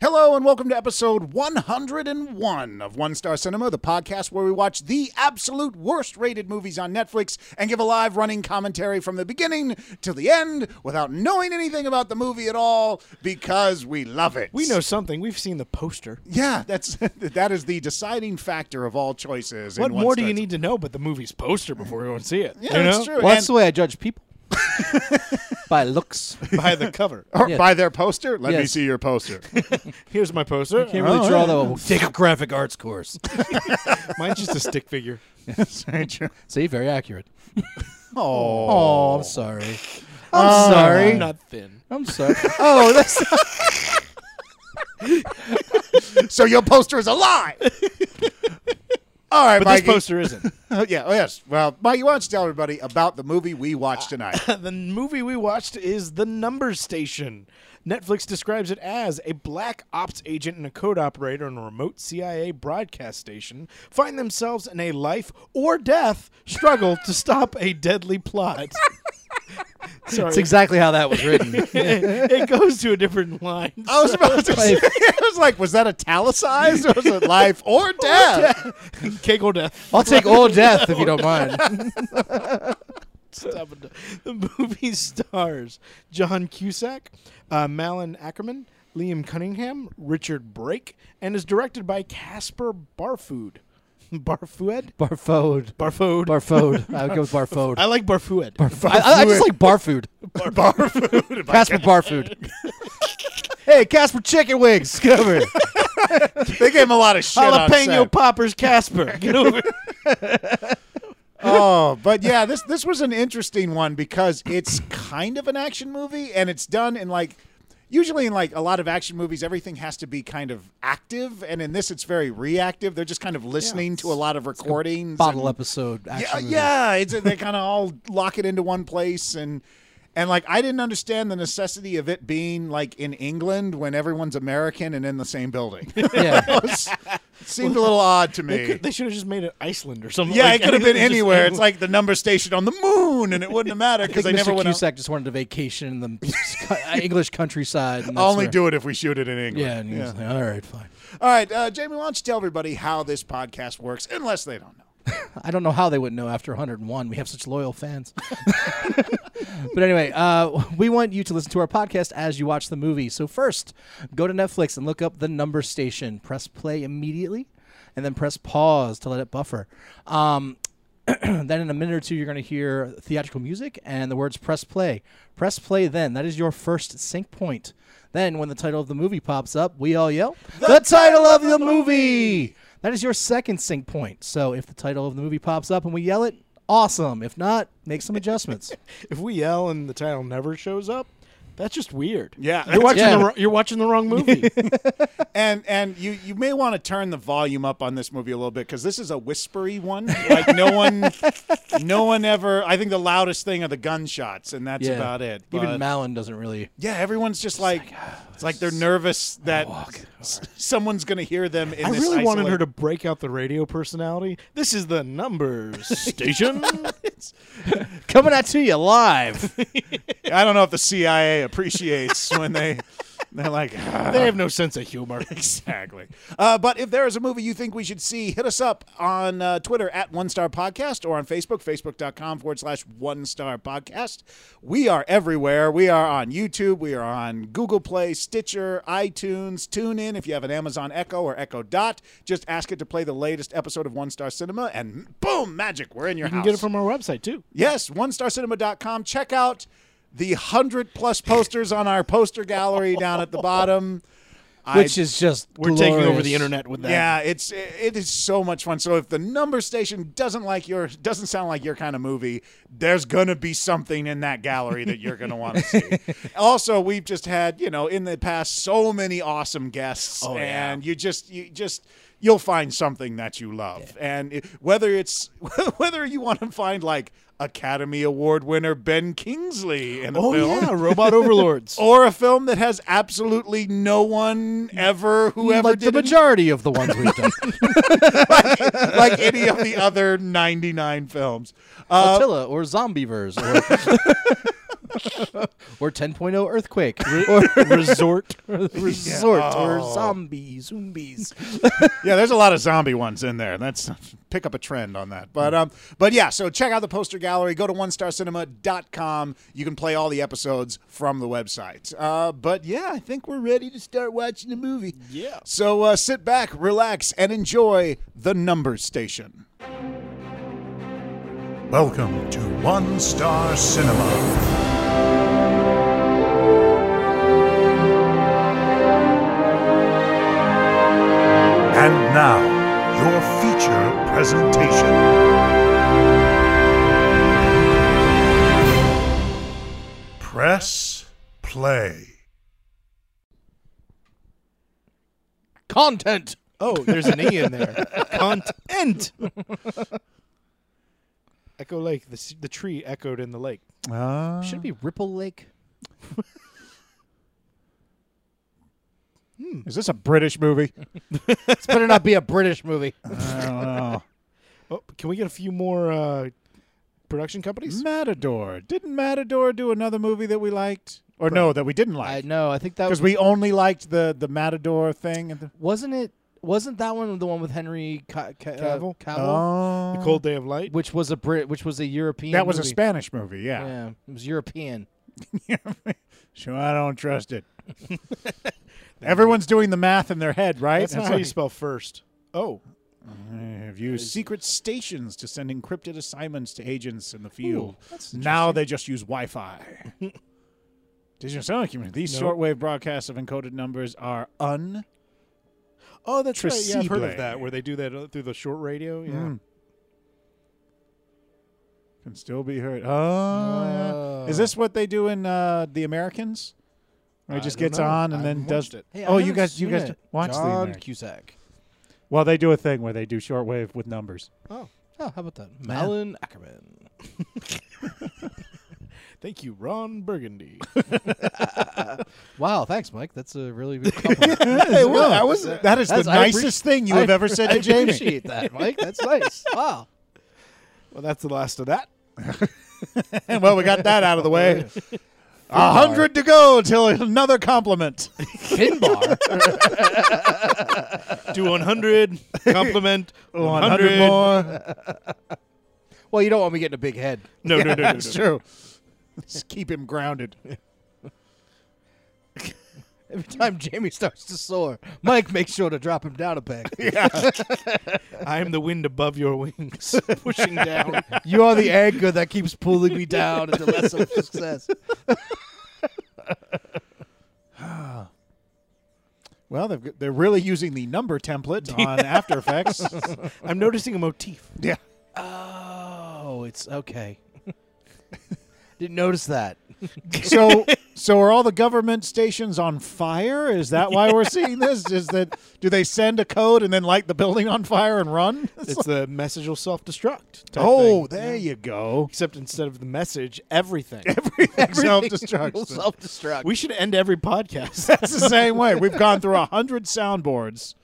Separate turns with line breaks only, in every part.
Hello and welcome to episode 101 of One Star Cinema, the podcast where we watch the absolute worst rated movies on Netflix and give a live running commentary from the beginning to the end without knowing anything about the movie at all because we love it.
We know something. We've seen the poster.
Yeah, that's that is the deciding factor of all choices. in
What
One
more do
Star
you
Cinema.
need to know but the movie's poster before we go and see it?
Yeah,
you
that's
know?
true.
Well,
And-
that's the way I judge people by looks.
By the cover.
Or
Yeah.
by their poster. Let me
Yes.
see your poster.
Here's my poster.
Can't really
Oh,
draw
yeah.
the Take a graphic arts course.
Mine's just a stick figure.
See, very accurate.
oh,
Oh, I'm sorry. I'm sorry.
I'm not thin.
I'm sorry. Oh, that's
so your poster is a lie. All right,
But
Mikey.
this poster isn't.
yeah, oh, yes. Well, Mikey, why don't you tell everybody about the movie we watched tonight?
the movie we watched is The Numbers Station. Netflix describes it as a black ops agent and a code operator on a remote CIA broadcast station find themselves in a life or death struggle to stop a deadly plot. Sorry.
That's exactly how that was written.
it goes to a different line.
I was about to say, I was like, was that italicized or was it life or death?
Kegel death.
I'll take all death if you don't mind.
Stop it. The movie stars John Cusack, uh, Malin Ackerman, Liam Cunningham, Richard Brake, and is directed by Casper Barfood. Barfood?
Barfode.
Barfood.
Barfode. I would go with Barfode.
I like Barfood.
I, I, I just like barfood.
Barfood.
Casper barfood. hey, Casper chicken wings. Come over. here.
they gave him a lot of shit. on
Jalapeno
set.
poppers Casper. Get over it.
oh, but yeah, this this was an interesting one because it's kind of an action movie and it's done in like usually in like a lot of action movies everything has to be kind of active and in this it's very reactive. They're just kind of listening to a lot of recordings.
Bottle
and-
episode. Action
Yeah, uh,
movie.
yeah, it's they kind of all lock it into one place and and like I didn't understand the necessity of it being like in England when everyone's American and in the same building. it
yeah.
was- it seemed a little odd to
They,
me.
could- they should have just made it Iceland or something.
Yeah,
like
it could have
that.
been
Just-
anywhere. It's like the number station on the moon, and it wouldn't have mattered
I
because
think
they never
Mr.
went. out-
Cusack just wanted a vacation in the English countryside. And that's
Only
where-
do it if we shoot it in England.
Yeah, and he was like, all right, fine.
All right, uh, Jamie, why don't you tell everybody how this podcast works, unless they don't know.
I don't know how they wouldn't know after 101. We have such loyal fans. but anyway, uh, we want you to listen to our podcast as you watch the movie. So first, go to Netflix and look up the number station. Press play immediately, and then press pause to let it buffer. Um, then in a minute or two, you're going to hear theatrical music and the words press play. Press play then. That is your first sync point. Then, when the title of the movie pops up, we all yell, The, title of the movie! That is your second sync point. So, if the title of the movie pops up and we yell it, awesome. If not, make some adjustments.
If we yell and the title never shows up, that's just weird.
Yeah,
You're watching,
Yeah.
The, wrong- you're watching the wrong movie.
And and you you may want to turn the volume up on this movie a little bit because this is a whispery one. Like no one, no one ever. I think the loudest thing are the gunshots, and that's
Yeah.
about it. But-
Even Malin doesn't really.
yeah, everyone's just like, it's like they're nervous that s- someone's going to hear them. In
I
this
really wanted her
isolated-
to break out the radio personality. This is the numbers station.
Coming at you live.
I don't know if the CIA appreciates when they they're like "Ah."
they have no sense of humor.
exactly. Uh, but if there is a movie you think we should see, hit us up on uh, Twitter at One Star Podcast or on Facebook Facebook.com forward slash One Star Podcast. We are everywhere. We are on YouTube. We are on Google Play, Stitcher, iTunes. Tune in if you have an Amazon Echo or Echo Dot. Just ask it to play the latest episode of One Star Cinema, and boom, magic! We're in your
You can
house.
get it from our website too.
Yes, onestarcinema.com. Check out the 100 plus posters on our poster gallery down at the bottom.
Which is just.
We're taking over
glorious.
the internet with that.
Yeah, it's it is so much fun. So if the number station doesn't like your doesn't sound like your kind of movie, there's gonna be something in that gallery that you're gonna want to see. Also, we've just had you know in the past so many awesome guests,
Oh, yeah.
and you just you just you'll find something that you love, and it, whether it's whether you want to find like Academy Award winner Ben Kingsley in the
Oh
film.
yeah, robot overlords.
Or a film that has absolutely no one ever, whoever
Like the
did it
majority of the ones we've done.
like any of the other 99 films. Uh,
Attila or Zombieverse or or 10.0 earthquake or
Resort.
resort or zombies, zombies.
yeah, there's a lot of zombie ones in there. That's pick up a trend on that. But um but yeah, so check out the poster gallery, go to onestarcinema.com. You can play all the episodes from the website. Uh but yeah, I think we're ready to start watching the movie.
Yeah.
So uh sit back, relax and enjoy The Numbers Station. Welcome to One Star Cinema. And now, your feature presentation. Press play.
Content.
Oh, there's an E in there. Content. Echo Lake. The, s- the tree echoed in the lake.
Uh,
Should it be Ripple Lake?
Is this a British movie?
This better not be a British movie.
Oh, can we get a few more uh, production companies?
Matador. Didn't Matador do another movie that we liked? Or no, that we didn't
I
like?
know. I think that
Because
was,
we only liked the, the Matador thing. And the,
wasn't it. Wasn't that one the one with Henry Ca- Ca- uh,
Cavill?
Cavill?
Oh. The Cold Day of Light.
which was a Brit, which was a European.
Oh. that was a
movie.
Spanish movie, yeah.
Yeah, it was European.
Sure, I don't trust it. Everyone's doing the math in their head, right?
That's not how you spell first. Oh,
Have used secret stations to send encrypted assignments to agents in the field.
that's
now they just use Wi Fi. Digital sound community. These
Nope.
shortwave broadcasts of encoded numbers are un.
oh, that's right. Yeah, I've heard
Tresible.
of that. Where they do that uh, through the short radio. Yeah.
Mm. Can still be heard. Oh, yeah. Is this what they do in uh, The Americans? Where it
I
just
don't
gets
know.
on and
I
then
haven't
does
watched it.
Hey, I
oh, you
haven't
guys, you
seen
guys
it.
watch The
John
Americans.
Cusack.
Well, they do a thing where they do shortwave with numbers.
Oh,
Oh, how about that, Malin Ackerman?
thank you, Ron Burgundy.
Wow, thanks, Mike. That's a really good compliment.
Well, that was that is
That's-
the
I appre-
nicest thing you
I-
have ever said
I
to Jamie.
appreciate that, Mike. That's nice. Wow.
well, that's the last of that.
well, we got that out of the way. A hundred to go till another compliment.
Finbar.
Do 100 compliment
100 more.
well, you don't want me getting a big head.
No, no, no, no, no.
That's true. Let's keep him grounded.
Every time Jamie starts to soar, Mike makes sure to drop him down a peg.
I am the wind above your wings, pushing down.
you are the anchor that keeps pulling me down into less of success.
Well, they've, got- they're really using the number template on After Effects.
I'm noticing a motif.
yeah.
Oh, it's okay. Didn't notice that.
So, so are all the government stations on fire? Is that why we're seeing this? Is that do they send a code and then light the building on fire and run?
It's the message will self destruct.
oh, there you go.
Except instead of the message, everything.
Self
Will
destruct.
self-destruct.
we should end every podcast.
It's the same way. We've gone through a hundred soundboards,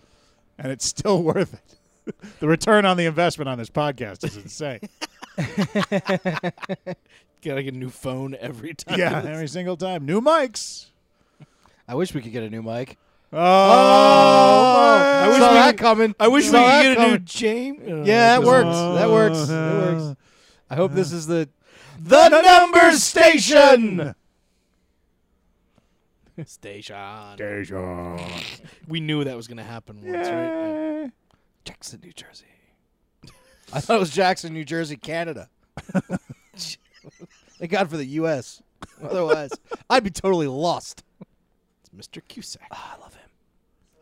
and it's still worth it. The return on the investment on this podcast is insane.
Gotta get a new phone every time.
Yeah, every single time. New mics.
I wish we could get a new mic.
Oh,
I wish
Oh, Saw
we
that
could-
coming.
I wish we could
Saw that
get a new
coming.
James.
Yeah, that
doesn't-
works. That works. That
Uh,
works. Oh, I hope this is the the number station.
Station. We knew that was gonna happen once, right?
Yay.
Jackson, New Jersey. I thought it was Jackson, New Jersey, Canada. Thank God for the U.S. Otherwise, I'd be totally lost.
It's Mr. Cusack.
I love him.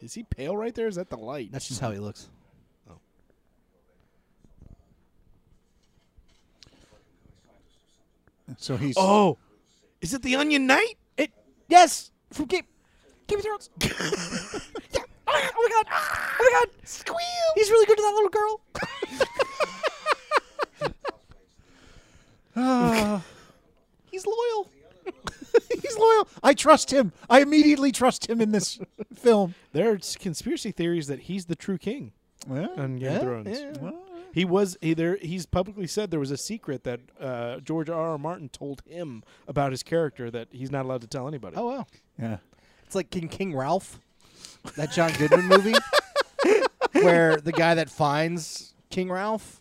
Is he pale right there? Is that the light?
That's just how he looks.
So he's
Oh, is it the Onion Knight?
It yes from Game Game of Thrones. yeah. Oh my god! Oh my god! Ah, Oh my god! Squeal! He's really good to that little girl. He's loyal.
he's loyal. I trust him. I immediately trust him in this film.
There are s- conspiracy theories that he's the true king on Game of Thrones.
Yeah.
Well,
He was he, there. He's publicly said there was a secret that uh, George R. R. Martin told him about his character that he's not allowed to tell anybody.
Oh wow,
Yeah.
it's like King King Ralph, that John Goodman movie, where the guy that finds King Ralph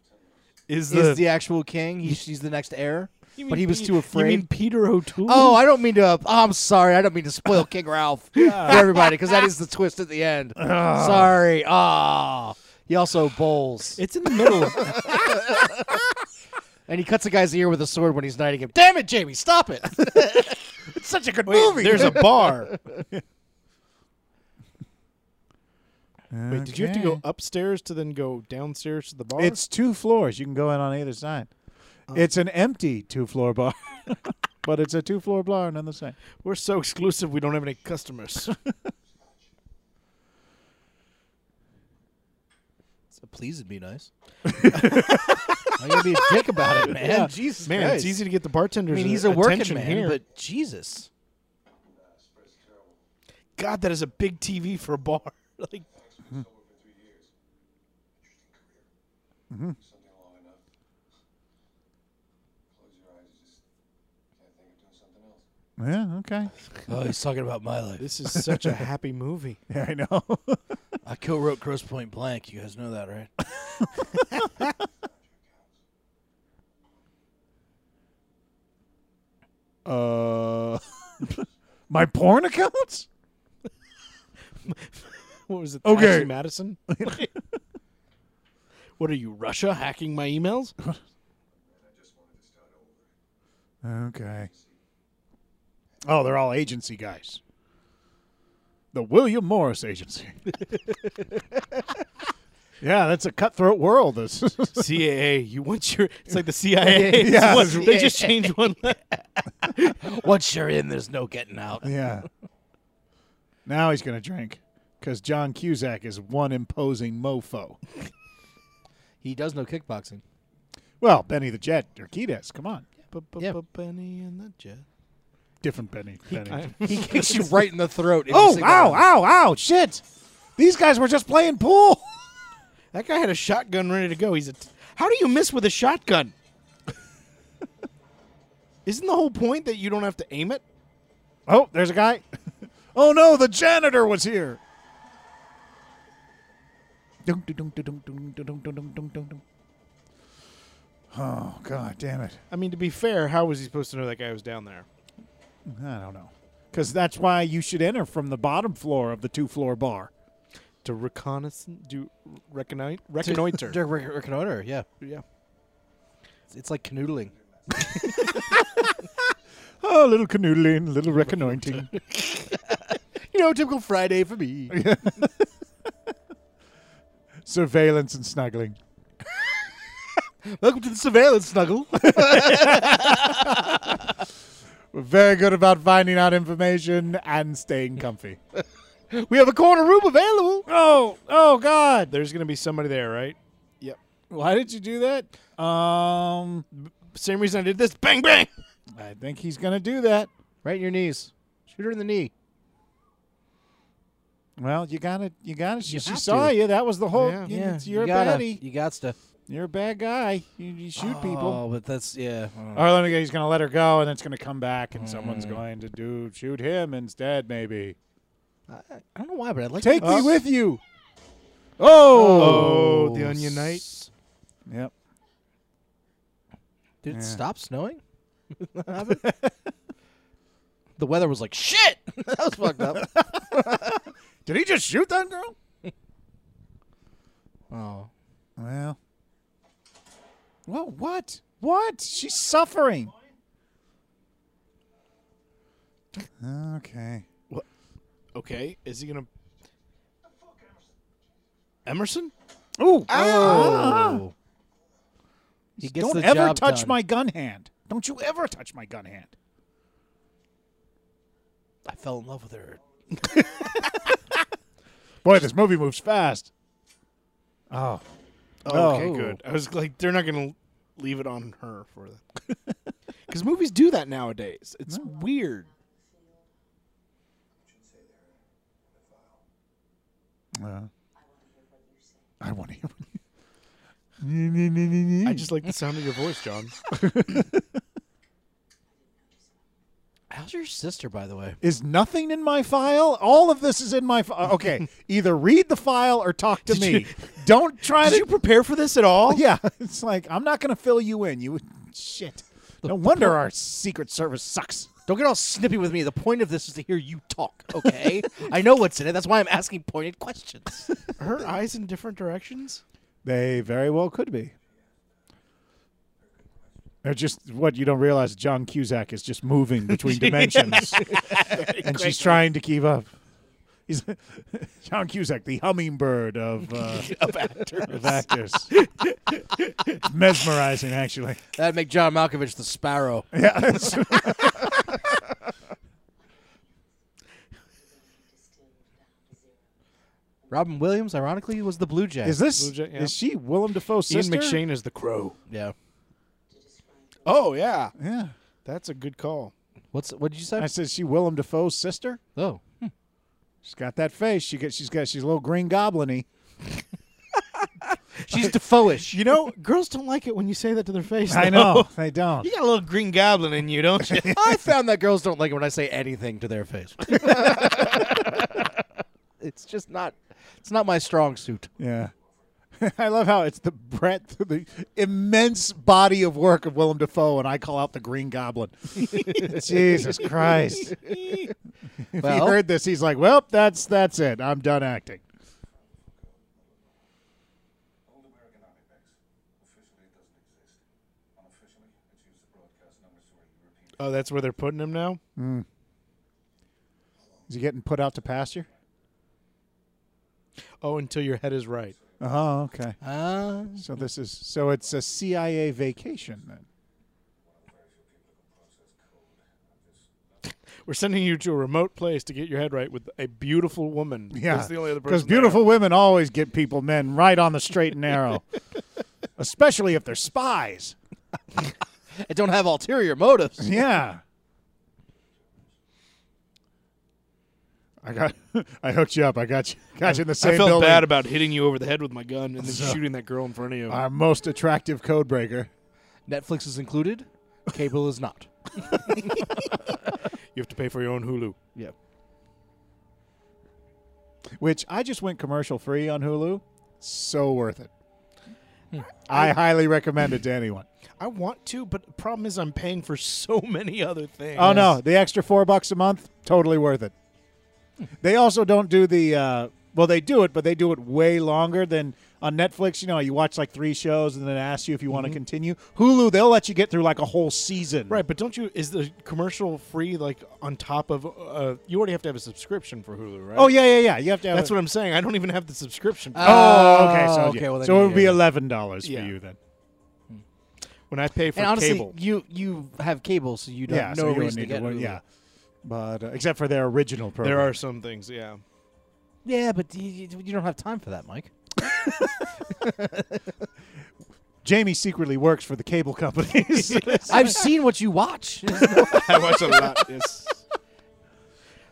is
is the actual king. He's, he's the next heir,
You
but
mean
he was
Pe-
too afraid.
You mean Peter O'Toole?
Oh, I don't mean to. Uh, oh, I'm sorry. I don't mean to spoil King Ralph for everybody because that is the twist at the end. Sorry. Ah, he also bowls
it's in the middle. of
and he cuts a guy's ear with a sword when he's knighting him. Damn it, Jamie! Stop it. it's such a good movie.
There's a bar. Wait, did you have to go
Okay.
upstairs to then go downstairs to the bar?
It's two floors. You can go in on either side. It's an empty two floor bar, but it's a two floor bar none the same.
we're so exclusive. We don't have any customers.
So please would be nice. I'm gonna be a dick about it, man. Jesus,
Man,
Christ.
it's easy to get the bartenders.
I mean, he's a working man, but Jesus.
God, that is a big TV for a bar. like,
something long enough. Close your eyes. You just can't think of doing something else.
Yeah, okay.
Oh, he's talking about my life.
this is such a happy movie.
Yeah, I know.
I co-wrote Gross Point Blank. You guys know that, right?
uh, my porn accounts?
What was it?
Okay.
Ashley Madison. what are you, Russia, hacking my emails?
Okay. Oh, they're all agency guys. The William Morris Agency. yeah, that's a cutthroat world. This.
CAA. You want your? It's like the CIA.
Yeah.
It's one- they just changed one. letter.
Once you're in, there's no getting out.
yeah. Now he's gonna drink because John Cusack is one imposing mofo.
He does know kickboxing.
Well, Benny the Jet or Kiedis, come on,
Yeah.
Benny and the Jet.
different Benny. Benny.
He kicks you right in the throat. if you
oh,
sing
wow,
that.
wow, wow! Shit, these guys were just playing pool.
That guy had a shotgun ready to go. He's a. T- How do you miss with a shotgun? Isn't the whole point that you don't have to aim it?
Oh, there's a guy. oh no, the janitor was here. Dun, dun, dun, dun, dun, dun, dun, dun, dun, dun, dun, dun. Oh god, damn it!
I mean, to be fair, how was he supposed to know that guy was down there?
I don't know, because that's why you should enter from the bottom floor of the two-floor bar.
To reconnaissance, do reconnoit,
To-
reconnoiter.
to re- Reconnoiter, yeah.
yeah.
It's- It's like canoodling.
Oh, a little canoodling, a little reconnoitering.
You know, typical Friday for me.
surveillance and snuggling.
Welcome to the surveillance snuggle.
We're very good about finding out information and staying comfy.
we have a corner room available.
oh, oh God!
There's gonna be somebody there, right? Yep.
Why did you do that? Um,
Same reason I did this. Bang bang.
I think he's gonna do that.
Right in your knees. Shoot her in the knee.
Well, you gotta, you gotta. She, she
have
saw
to.
you. That was the whole.
Yeah.
you- it's- you're
you
a
gotta-
baddie.
You got to
You're a bad guy. You, you shoot people.
Oh, but that's yeah.
All right, let me. go. He's gonna let her go, and it's gonna come back, and someone's going to do shoot him instead. Maybe
I, I don't know why, but I'd like
take
to
me with you. Oh,
Oh, the Onion Knight.
Yep.
Did it
Yeah.
stop snowing? the weather was like shit. that was fucked up.
Did he just shoot that girl?
Oh,
Well. Well, what? What? She's suffering. Okay.
Okay. Is he gonna? Emerson?
Ooh. Ah!
oh. He gets
Don't
the
ever
job
touch
done.
my gun hand. Don't you ever touch my gun hand.
I fell in love with her.
Boy, this movie moves fast. Oh.
okay, good. I was like, they're not gonna leave it on her for that. Because movies do that nowadays. It's weird.
Uh, I want to hear. what you-
I just like the sound of your voice, John.
How's your sister, by the way?
Is nothing in my file? All of this is in my file. Okay, either read the file or talk to me. Don't try to.
Did you prepare for this at all?
yeah, it's like I'm not going to fill you in. You shit. No wonder our Secret Service sucks.
Don't get all snippy with me. The point of this is to hear you talk, okay? I know what's in it. That's why I'm asking pointed questions.
Are her eyes in different directions?
They very well could be. They're just what you don't realize. John Cusack is just moving between dimensions, and she's trying to keep up. He's John Cusack, the hummingbird of, uh, of actors. It's mesmerizing, actually.
That'd make John Malkovich the sparrow.
Yeah, it's-
Robin Williams, ironically, was the Blue Jay.
is this
Blue Jay- yeah.
is she Willem Dafoe's
Ian
sister?
McShane is the crow.
yeah.
Oh yeah,
Yeah,
that's a good call.
What's what did you say?
I said she Willem Dafoe's sister.
oh.
She's got that face. She got. She's got. She's a little green goblin-y.
She's Defoeish.
You know, girls don't like it when you say that to their face.
I
though.
know they don't.
You got a little green goblin in you, don't you?
I found that girls don't like it when I say anything to their face. it's just not it's not my strong suit.
Yeah. I love how it's the breadth, the immense body of work of Willem Dafoe, and I call out the Green Goblin. Jesus Christ! if
Well-
he heard this, he's like, "Well, that's that's it. I'm done acting."
Old American Army Banks. Officially, it doesn't exist. Unofficially, it's used to broadcast numbers to our European.
oh, that's where they're putting him now.
Is he getting put out to pasture?
Oh, until your head is right.
Oh, okay.
Uh,
So this is so it's a CIA vacation then.
We're sending you to a remote place to get your head right with a beautiful woman.
Yeah,
that's the only other person.
because beautiful women always get people, men, right on the straight and narrow, especially if they're spies.
I don't have ulterior motives.
Yeah. I got. I hooked you up. I got you. Got you in the
there.
same
I felt
building.
bad about hitting you over the head with my gun and then shooting that girl in front of you.
Our most attractive code breaker.
Netflix is included, cable is not.
you have to pay for your own Hulu.
Yeah.
Which I just went commercial free on Hulu. So worth it.
Hmm.
I highly recommend it to anyone.
I want to, but the problem is I'm paying for so many other things.
Oh no, the extra four bucks a month, totally worth it.
Hmm.
They also don't do the uh, well, they do it, but they do it way longer than on Netflix. You know, you watch like three shows and then ask you if you want to
Mm-hmm.
continue. Hulu, they'll let you get through like a whole season.
Right, but don't you? Is the commercial free like on top of? Uh, you already have to have a subscription for Hulu, right?
Oh yeah, yeah, yeah. You have to. Have
that's
a-
what I'm saying. I don't even have the subscription.
Oh, okay. So, yeah.
then
so it
yeah,
would be
yeah.
eleven dollars
Yeah.
for you then.
when I pay for
And honestly,
cable,
you you have cable, so you don't
yeah,
no
so you would
reason
need
to get
one,
Hulu.
Yeah, but uh, except for their original program,
there are some things. Yeah,
Yeah, but you, you you don't have time for that, Mike.
Jamie secretly works for the cable companies.
I've seen what you watch.
I watch a lot. Yes.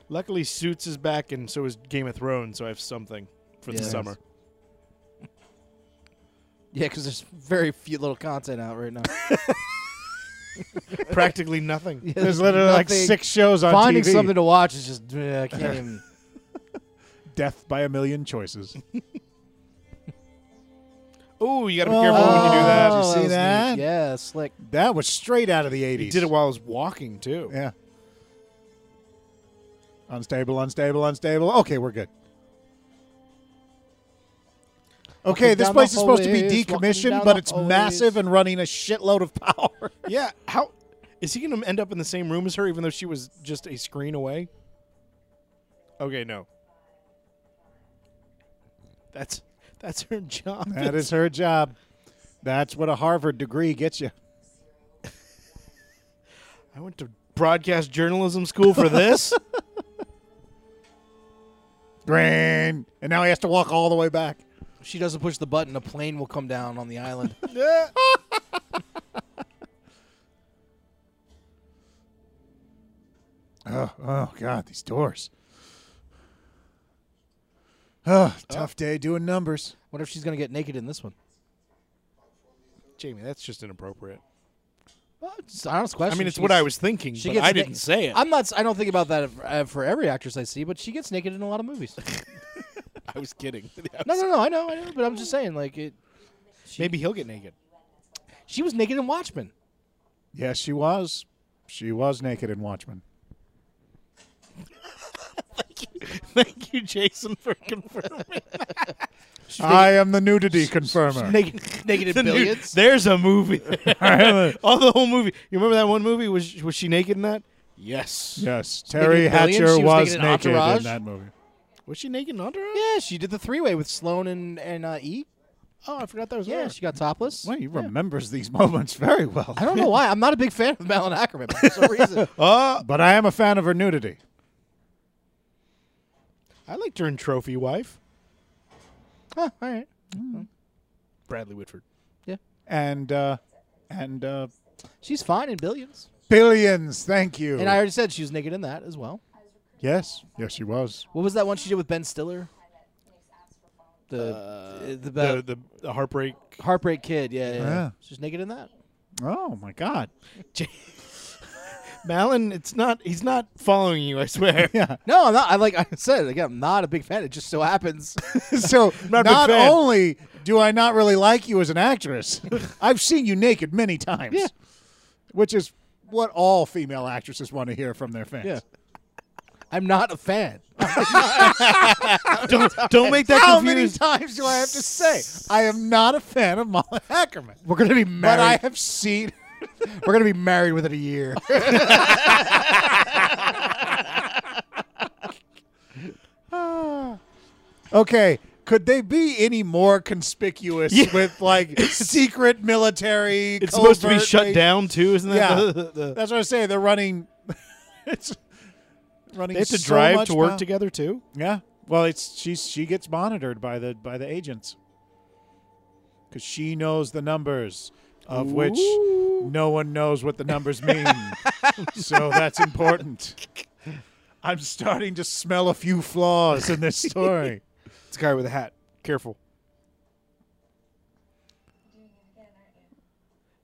Luckily, Suits is back, and so is Game of Thrones. So I have something for the
Yes.
summer.
yeah, because there's very few little content out right now.
Practically nothing.
Yeah,
There's literally like
nothing-
six shows on
Finding
TV.
something to watch is just uh, I can't even.
Death by a million choices.
Oh, you got to be careful when you do that.
Oh,
Oh,
you see
was neat.
that?
Yeah, slick.
that was straight out of the
He
'80s.
did it while I was walking too.
Yeah. Unstable, unstable, unstable. Okay, we're good. Okay,
Walking
this
down
place is
the
supposed to be
hallways, walking
decommissioned,
down
but
the
it's
hallways.
massive and running a shitload of power.
Yeah. How is he going to end up in the same room as her, even though she was just a screen away? Okay, no. That's that's her job.
That is her job. That's what a Harvard degree gets you.
I went to broadcast journalism school for this.
Green. And now he has to walk all the way back.
If she doesn't push the button, a plane will come down on the island.
Yeah.
Oh, oh God, these doors. Oh, tough day doing numbers.
What if she's gonna get naked in this one?
Jamie, that's just inappropriate.
Well, it's an honest question.
I mean, it's
She
what I
gets-
was thinking,
She
but
gets
I
na-
didn't say it.
I'm not. s- I don't think about that for, uh, for every actress I see, but she gets naked in a lot of movies.
I was kidding.
no, no, no. I know, I know. But I'm just saying, like it.
Maybe he'll get naked.
She was naked in Watchmen.
Yes, she was. She was naked in Watchmen.
Thank you, Jason, for confirming.
I am the nudity confirmer.
Naked, naked in billions.
there's a movie. All the whole movie. You remember that one movie? Was was she naked in that? Yes.
Yes, Terry
naked in Billions,
Hatcher
she was
was
naked in
naked in
Entourage.
that movie.
Was she naked in Entourage?
yeah, she did the three way with Sloan and and uh, E.
Oh, I forgot that was
Yeah,
her.
she got topless.
Well, he remembers these moments very well.
I don't know why. I'm not a big fan of Malin Ackerman but for some reason.
But I am a fan of her nudity.
I liked her in Trophy Wife.
Huh, all right.
Bradley Whitford.
And uh and uh
She's fine in billions.
billions, thank you.
And I already said she was naked in that as well.
yes, yes she was.
What was that one she did with Ben Stiller? The
The,
the, the
the the heartbreak.
Heartbreak Kid. Yeah, yeah.
Yeah.
yeah. She's naked in that.
Oh my god.
Malin, it's not. He's not following you. I swear.
Yeah.
No, I'm not. I like I said again. I'm not a big fan. It just so happens.
So
Not
not,
a big fan.
only do I not really like you as an actress, I've seen you naked many times.
Yeah.
Which is what all female actresses want to hear from their fans.
Yeah. I'm not a fan.
don't don't make that
How many
confused.
times do I have to say I am not a fan of Molly Ackerman?
We're gonna be
But I
married.
have seen
We're gonna be married within a year.
Okay. Could they be any more conspicuous with like secret military?
It's supposed to be
covert
shut
raid-
down too, isn't that?
Yeah,
the- the- the-
that's what I say. They're running. it's running.
they have to
so
drive
much
to work
pow-
together too.
Yeah. Well, it's she's she gets monitored by the by the agents because she knows the numbers of which no one knows what the numbers mean. so that's important. I'm starting to smell a few flaws in this story.
It's a guy with a hat. Careful.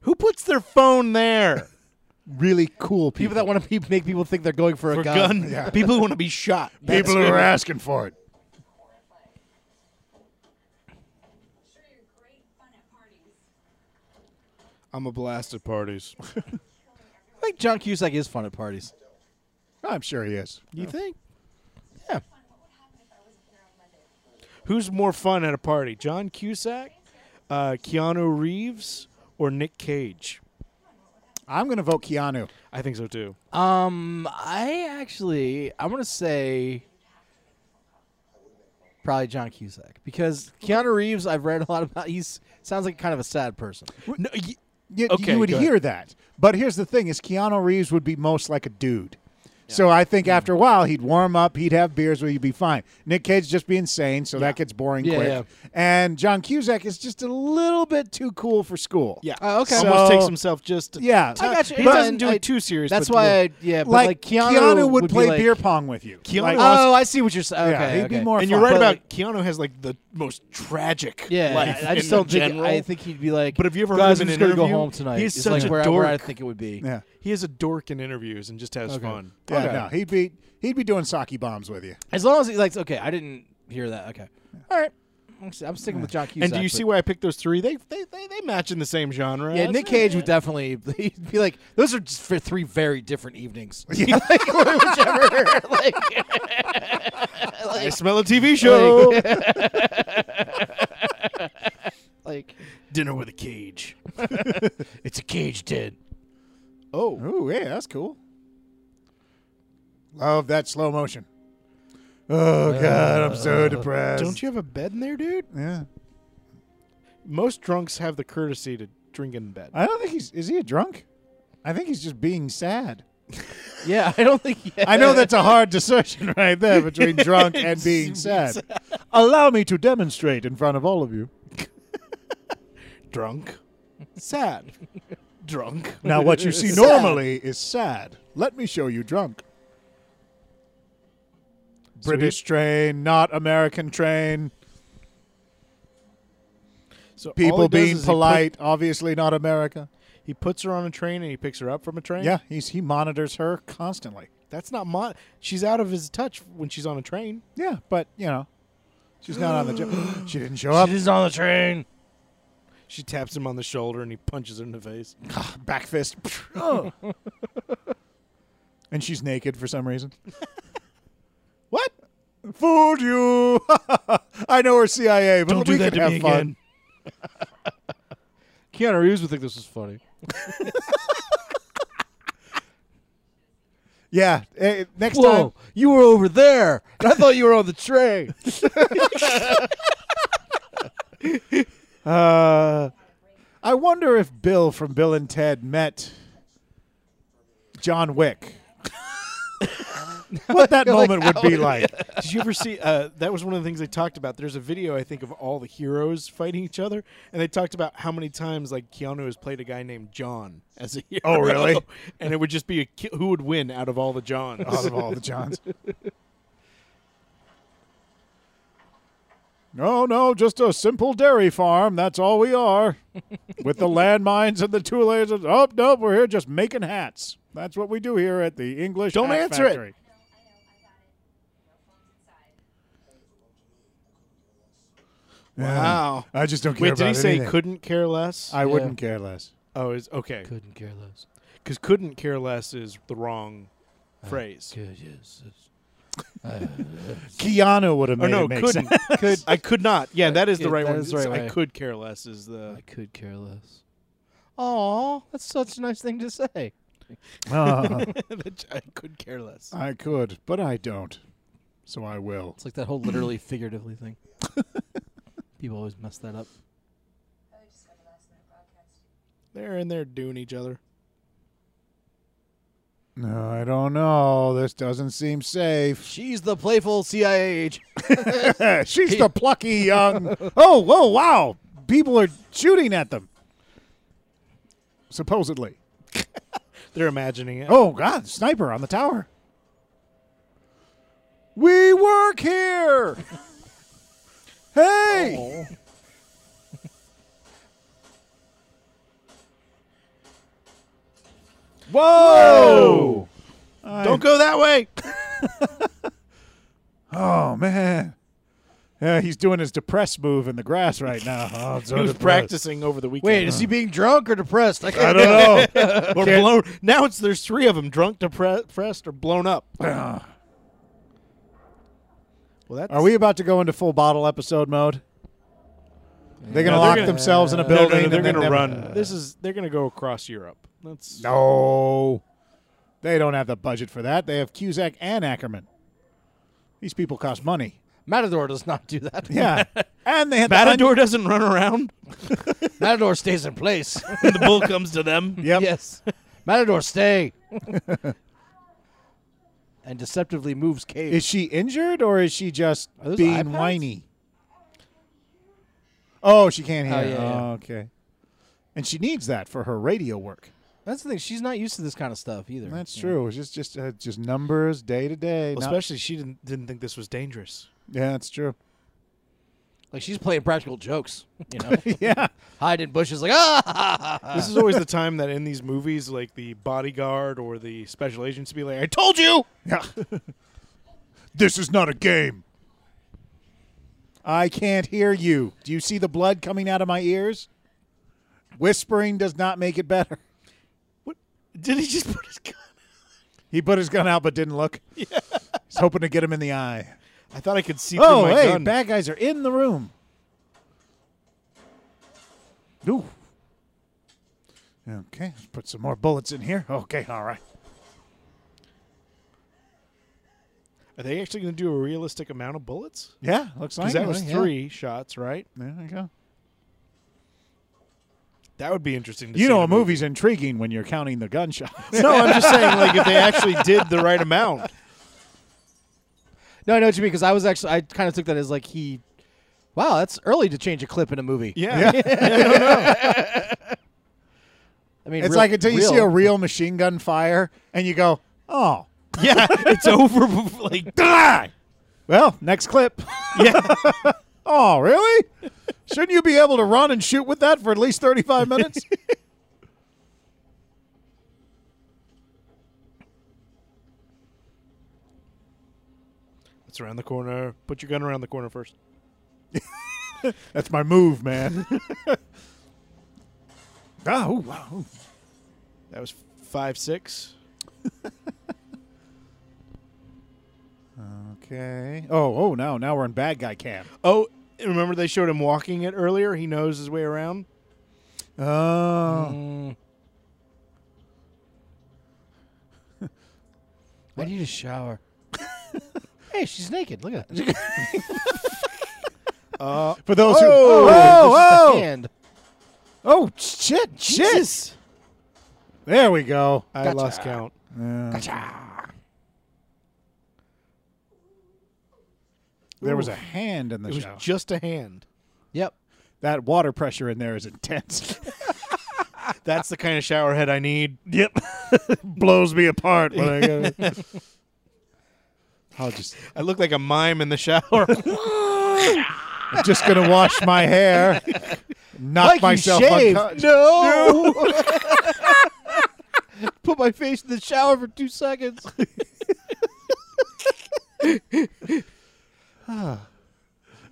Who puts their phone there?
really cool
People that want to be, make people think they're going for a
For
gun.
gun. People who want to be shot.
People who are asking for it.
Sure, you're great fun at parties.
I'm a blast at parties.
I think John Cusack is fun at parties.
I'm sure he is.
You think?
Fun, what would happen if I wasn't here on Monday?
Who's more fun at a party? John Cusack, uh, Keanu Reeves, or Nick Cage?
I'm going to vote Keanu.
I think so too.
Um, I actually I want to say probably John Cusack because Keanu Reeves. I've read a lot about. He's sounds like kind of a sad person.
No, y-
You,
Okay,
you would
go ahead.
hear that. But here's the thing is Keanu Reeves would be most like a dude. So I think after a while he'd warm up, he'd have beers where you'd be fine. Nick Cage just be insane, so that gets boring
Yeah,
quick.
yeah.
And John Cusack is just a little bit too cool for school.
yeah.
Oh, okay.
Almost
So-
takes himself just. a
Yeah.
I got you.
He
But
doesn't do
I-
it too serious.
That's
but
why. I, yeah, but
Like,
like,
Keanu, would,
be
play
like-
beer pong with you.
Keanu
Like,
was-
Oh, I see what you're saying. Okay,
yeah, he'd be
okay.
more fun.
and you're right
But,
about
like-
Keanu has like the most tragic
Yeah,
life.
I just
in
don't think.
general.
I think he'd be like.
But have you ever
guys,
heard him
I'm
in
just
an
gonna go
interview?
home tonight.
He's
is
such
like
a
where, I- where I
dork.
think it would be.
Yeah.
he is a dork in interviews and just has fun.
Yeah, no, he'd be he'd be doing sake bombs with you.
As long as he likes. Okay, I didn't hear that. Okay, all right. I'm st- I'm sticking with John Cusack.
and do you
but-
see why I picked those three? They they they, they match in the same genre.
Yeah,
That's
Nick
right.
Cage would definitely he'd be like, those are just for three very different evenings. like, whichever, like,
I smell a TV show.
like,
Dinner with a Cage.
it's a cage did.
Oh,
Ooh, yeah, that's cool. Love that slow motion. Oh god, I'm so depressed.
don't you have a bed in there, dude?
Yeah.
Most drunks have the courtesy to drink in bed.
I don't think he's. Is he a drunk? I think he's just being sad.
Yeah, I don't think.
I know that's a hard decision right there between drunk and being sad. Allow me to demonstrate in front of all of you.
drunk, sad, drunk.
Now, what you see
Sad.
normally is sad. Let me show you drunk. British train, not American train.
So all he
People
does
being
is he put-
polite, obviously not America.
he puts her on a train and he picks her up from a train.
Yeah, he's he monitors her constantly.
That's not mon. She's out of his touch when she's on a train.
Yeah, but you know, she's not on the job. she didn't show up.
is on the train.
She taps him on the shoulder and he punches her in the face.
Ah, Back fist. and she's naked for some reason.
What?
Fooled you. I know we're CIA, but we could have fun.
Keanu Reeves would think this is funny.
Yeah. eh, next time.
Whoa, you were over there. And I thought you were on the train.
Uh, I wonder if Bill from Bill and Ted met John Wick. what that moment would be like.
Did you ever see? Uh, that was one of the things they talked about. There's a video I think of all the heroes fighting each other, and they talked about how many times like Keanu has played a guy named John as a hero.
Oh, really?
And it would just be a ki- who would win out of all the Johns.
out of all the Johns. No, no, just a simple dairy farm. That's all we are. With the landmines and the two layers of. Oh, no, we're here just making hats. That's what we do here at the English
Don't
Hat
answer it.
Factory.
Oh, I know, I got it. No phones inside.
Wow.
I just don't care
Wait,
about
did he say
anything.
couldn't care less?
I wouldn't care less.
oh, is okay.
Couldn't care less.
Because couldn't care less is the wrong Uh, phrase.
Keanu would have
Or
made
Oh, no,
it make
couldn't.
sense.
Could I could not. Yeah, that is the
Yeah,
right
that
one.
is the right
It's, I
way.
could care less is the.
I could care less. Aw, that's such a nice thing to say.
Ah,
I could care less.
I could, but I don't. So I will.
It's like that whole literally figuratively thing. People always mess that up.
Oh, just got a last minute broadcast.
They're in there doing each other.
No, I don't know. This doesn't seem safe.
She's the playful CIA agent.
She's the plucky young. Oh, whoa, wow. People are shooting at them. Supposedly.
They're imagining it.
Oh, God, sniper on the tower. We work here. Hey. Whoa.
Don't go that way.
Oh, man. Yeah, he's doing his depressed move in the grass right now. Oh, I'm so
He was
depressed.
practicing over the weekend.
Wait, is he being drunk or depressed? I
I
can't-
don't know.
or blown? Now it's there's three of them: drunk, depre- depressed, or blown up.
Ah.
Well, that's
Are we about to go into full bottle episode mode? They're gonna
No, they're
lock
gonna-
themselves in a
No, no, no,
building. and
they're
then
gonna
never-
run. This is they're gonna go across Europe. That's
No, they don't have the budget for that. They have Cusack and Ackerman. These people cost money.
Matador does not do that.
Uh, Yeah, and they had
Matador doesn't run around.
Matador stays in place.
When the bull comes to them.
The un- yep.
Yes. Matador, stay. and deceptively moves cave.
Is she injured or is she just
Are those
being
iPads?
whiny? Oh, she can't hear.
Oh, yeah, yeah.
Oh, okay. And she needs that for her radio work.
That's the thing. She's not used to this kind of stuff either.
That's
Yeah.
true. It's just just uh, just numbers day to day.
Well,
not-
especially she didn't didn't think this was dangerous.
yeah, that's true.
Like she's playing practical jokes. You know,
Yeah.
hide in bushes. Like ah. ha, ha, ha, ha."
This is always the time that in these movies, like the bodyguard or the special agents, be like, "I told you."
Yeah. this is not a game. I can't hear you. Do you see the blood coming out of my ears? Whispering does not make it better.
What did he just put his gun?
He put his gun out but didn't look. He's hoping to get him in the eye.
I thought I could see
Oh,
through my
hey,
gun.
bad guys are in the room. Ooh. Okay, let's put some more bullets in here. Okay, all right.
Are they actually going to do a realistic amount of bullets?
Yeah, looks like
Because that was
it, yeah.
three shots, right?
There you go.
That would be interesting. to
You
see
know,
in
a movie's intriguing when you're counting the gunshots.
No, I'm just saying, like if they actually did the right amount.
No, I know what you mean. Because I was actually, I kind of took that as like he. Wow, that's early to change a clip in a movie.
Yeah.
I mean,
It's
real-
like until you see a
real-
real machine gun fire and you go, oh,
Yeah, it's over. before- Like,
well, next clip.
yeah,
oh, really? Shouldn't you be able to run and shoot with that for at least 35 minutes?
It's around the corner. Put your gun around the corner first.
That's my move, man. oh, wow.
That was five six.
Okay. Oh, oh, now now we're in bad guy camp.
Oh, remember they showed him walking it earlier. He knows his way around.
Oh.
I need a shower. hey, she's naked. Look at that.
Uh,
For those who
Oh,
Oh, oh.
hand.
Oh, shit, shit. There we go.
I lost count.
There was a hand in the
It was
show.
just a hand.
Yep.
that water pressure in there is intense.
That's the kind of shower head I need.
yep. Blows me apart when I go. I'll just
I look like a mime in the shower.
I'm just going to wash my hair. Knock
Mike, you
myself
shaved.
uncon-
No. Put my face in the shower for two seconds.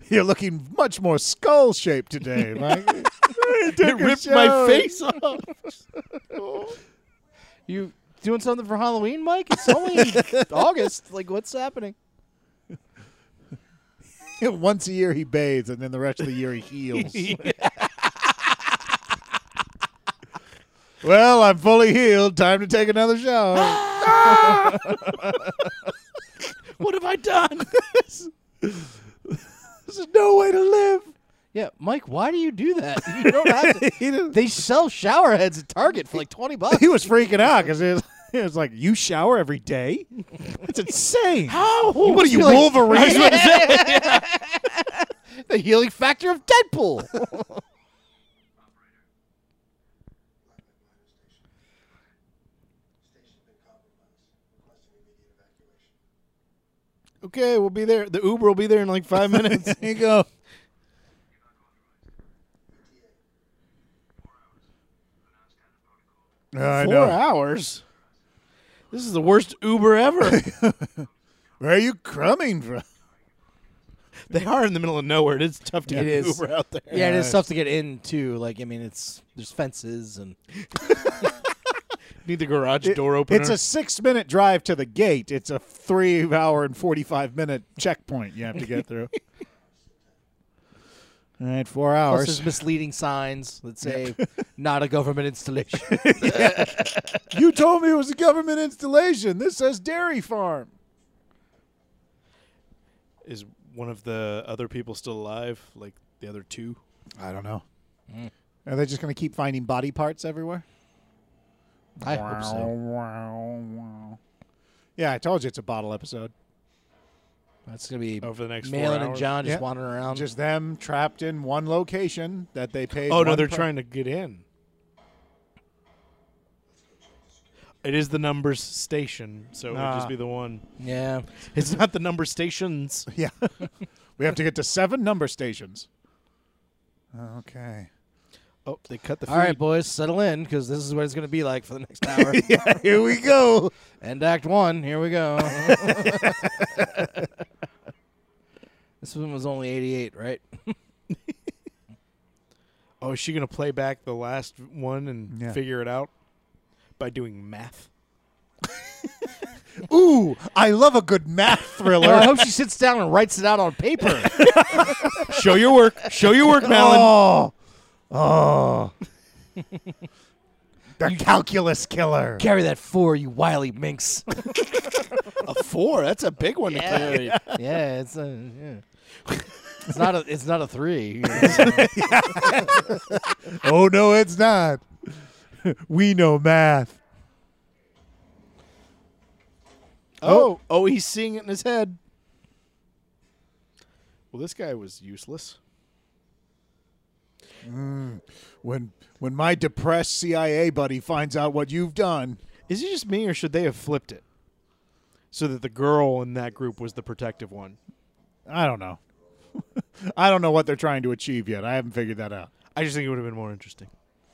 You're looking much more skull shaped today, Mike.
it ripped my face off.
You doing something for Halloween, Mike? It's only in August. Like, what's happening?
Once a year he bathes, and then the rest of the year he heals. well, I'm fully healed. Time to take another shower.
What have I done?
There's no way to live.
yeah, Mike, why do you do that? You don't have to.
He, didn't-
They sell shower heads at Target for like 20 bucks.
he was freaking out because it, was- it was like, "You shower every day? That's insane." How? What are you,
Really?
Wolverine?
the healing factor of Deadpool.
Station's been compromised. Requesting immediate evacuation.
Okay, we'll be there. The Uber will be there in like five minutes.
There you go. I
Four
know.
hours. This is the worst Uber ever.
Where are you coming from?
they are in the middle of nowhere. It's tough to
It
get
is.
Uber out there.
yeah, it is tough to get in, too. Like, I mean, it's there's fences and.
Need the garage door
It-
opener.
It's a six minute drive to the gate. It's a three hour and 45 minute checkpoint you have to get through. All right, four
Plus,
hours.
there's misleading signs that say not a government installation.
you told me it was a government installation. This says dairy farm.
is one of the other people still alive? Like the other two?
I don't know.
Mm.
Are they just going to keep finding body parts everywhere?
I hope so.
Yeah, I told you it's a bottle episode.
That's gonna be
Over the next four
Malin and
hours.
John just
Yeah.
wandering around.
Um,
Just them trapped in one location that they paid.
Oh no,
one
they're
pri-
trying to get in. It is the numbers station, so it would
Ah.
just be the one.
yeah,
It's not the number stations.
Yeah. we have to get to seven number stations. Okay.
Oh, they cut the.
All right, boys, settle in because this is what it's going to be like for the next hour.
Yeah, here we go.
End Act One. Here we go. this one was only 88, right?
Oh, is she gonna play back the last one and
Yeah.
figure it out by doing math?
Ooh, I love a good math thriller.
Well, I hope she sits down and writes it out on paper.
Show your work. Show your work, Malin.
oh. Oh. the calculus killer.
Carry that four, you wily minx.
Oh, A four. That's a big one to carry.
yeah, it's a. Yeah. It's not a. It's not a three.
oh no, it's not. we know math.
Oh, oh, he's seeing it in his head. Well, this guy was useless.
When when my depressed CIA buddy finds out what you've done.
Is it just me, or should they have flipped it so that the girl in that group was the protective one?
I don't know. I don't know what they're trying to achieve yet. I haven't figured that out.
I just think it would have been more interesting.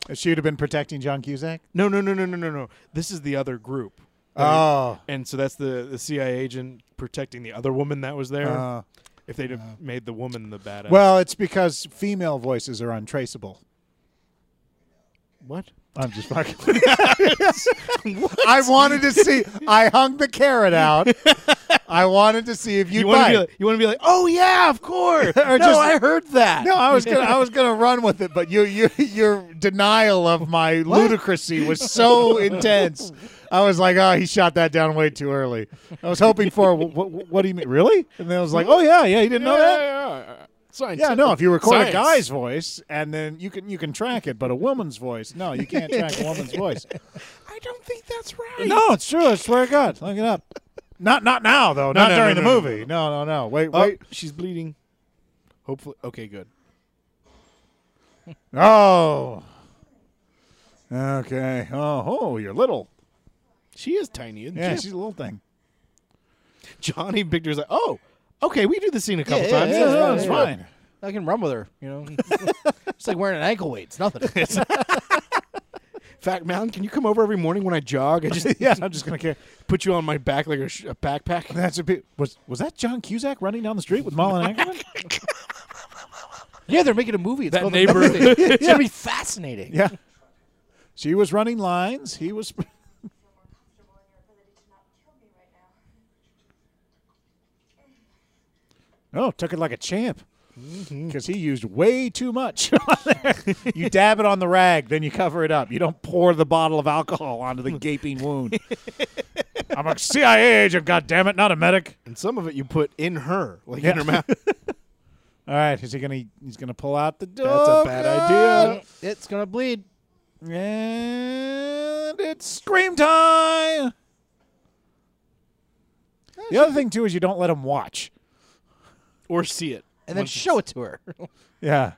If She'd have been protecting John Cusack.
No, no, no, no, no, no, no. This is the other group.
Oh,
And so that's the, the CIA agent protecting the other woman that was there.
Uh,
if they'd have made the woman the badass.
well, it's because female voices are untraceable.
what?
I'm just fucking. I wanted to see. I hung the carrot out. I wanted to see if you'd
You want to
bite.
be like, you want to be like, oh yeah, of course.
Or
no,
just-
I heard that.
no, I was gonna. I was gonna run with it, but you, you, your denial of my ludicrousy was so intense. I was like, oh, he shot that down way too early. I was hoping for. What, what do you mean, really? And then I was like, oh yeah, yeah, you didn't know that.
Science.
Yeah, no. If you record a
Science.
guy's voice and then you can you can track it, but a woman's voice, no, you can't track a woman's voice.
I don't think that's right.
No, it's true. I swear to God, look it up. Not not now though. not
no,
during the
no, no, no,
movie. No, no, no. Wait,
Oh,
wait.
she's bleeding. Hopefully, okay, good.
Oh. Okay. Oh, oh, you're little.
She is tiny. Isn't
Yeah,
she?
she's a little thing.
Johnny Victor's like, oh, okay, we do this scene a couple
yeah,
times.
yeah,
Yeah, no,
yeah,
it's
yeah.
fine.
I can run with her. You know, it's like wearing an ankle weight. It's nothing.
Fact Mountain, can you come over every morning when I jog? I just
Yeah, I'm just gonna care.
put you on my back like a, sh- a backpack.
That's a bit. Was was that John Cusack running down the street with Marlon Ackerman?
yeah, they're making a movie. It's
That
called
neighbor-
The Number Station. It's gonna be fascinating.
yeah. She was running lines. He was.
feel more comfortable in your ability to not kill me right now.
Oh, took it like a champ. Because he used way too much. on there. you dab it on the rag, then you cover it up. You don't pour the bottle of alcohol onto the gaping wound. I'm a CIA agent, goddammit, not a medic.
And some of it you put in her, like
Yeah.
in her mouth.
All right, is he gonna? He's gonna pull out the dog.
That's a bad idea.
It's gonna bleed.
And it's scream time. The other thing too is you don't let him watch.
Or see it.
And then
Once-
show it to her.
Yeah.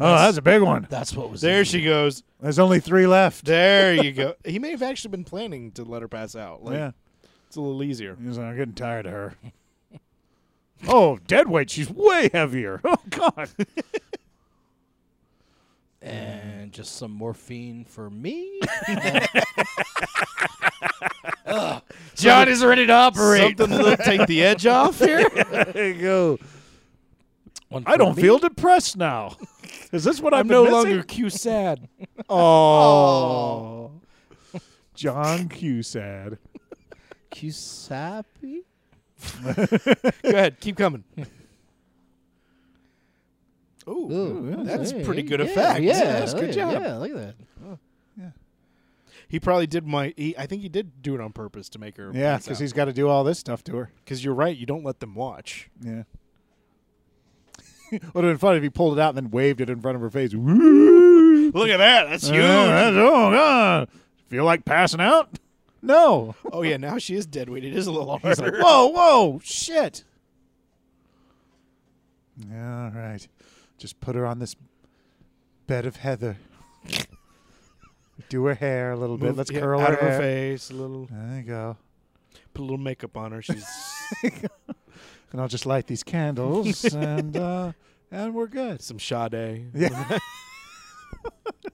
Oh, that's a big one.
That's what was
There
in
she goes.
There's only three left.
There you go. He may have actually been planning to let her pass out. Like,
Yeah.
It's a little easier.
He's like, I'm getting tired of her. oh, dead weight. She's way heavier. Oh God.
and just some morphine for me.
John is ready to operate. Something will take the edge off here.
there you go.
One
I
for
don't
me.
feel depressed now. Is this what I'm
I'm no longer Q sad.
Oh. John Q sad.
Kusapi?
Go ahead, keep coming. Ooh,
Ooh, yeah,
that's
hey,
pretty good
yeah,
effect.
Yeah,
Yes,
look
good
at-
job.
Yeah, look at that.
He probably did my. He, I think he did do it on purpose to make her.
Yeah, because he's got to do all this stuff to her.
because you're right. You don't let them watch.
Yeah. Would have been funny if he pulled it out and then waved it in front of her face. Woo!
Look at that. That's
Yeah, that's- oh God! Feel like passing out? No.
oh yeah, now she is dead weight. It is a little
He's like,
harder.
whoa, whoa, shit. All right. Just put her on this bed of heather. Do her hair a little bit. Let's
Yeah,
curl
out
her,
of her
hair.
face. A little,
There you go.
put a little makeup on her. She's
And I'll just light these candles and uh and we're good.
some Sade.
Yeah.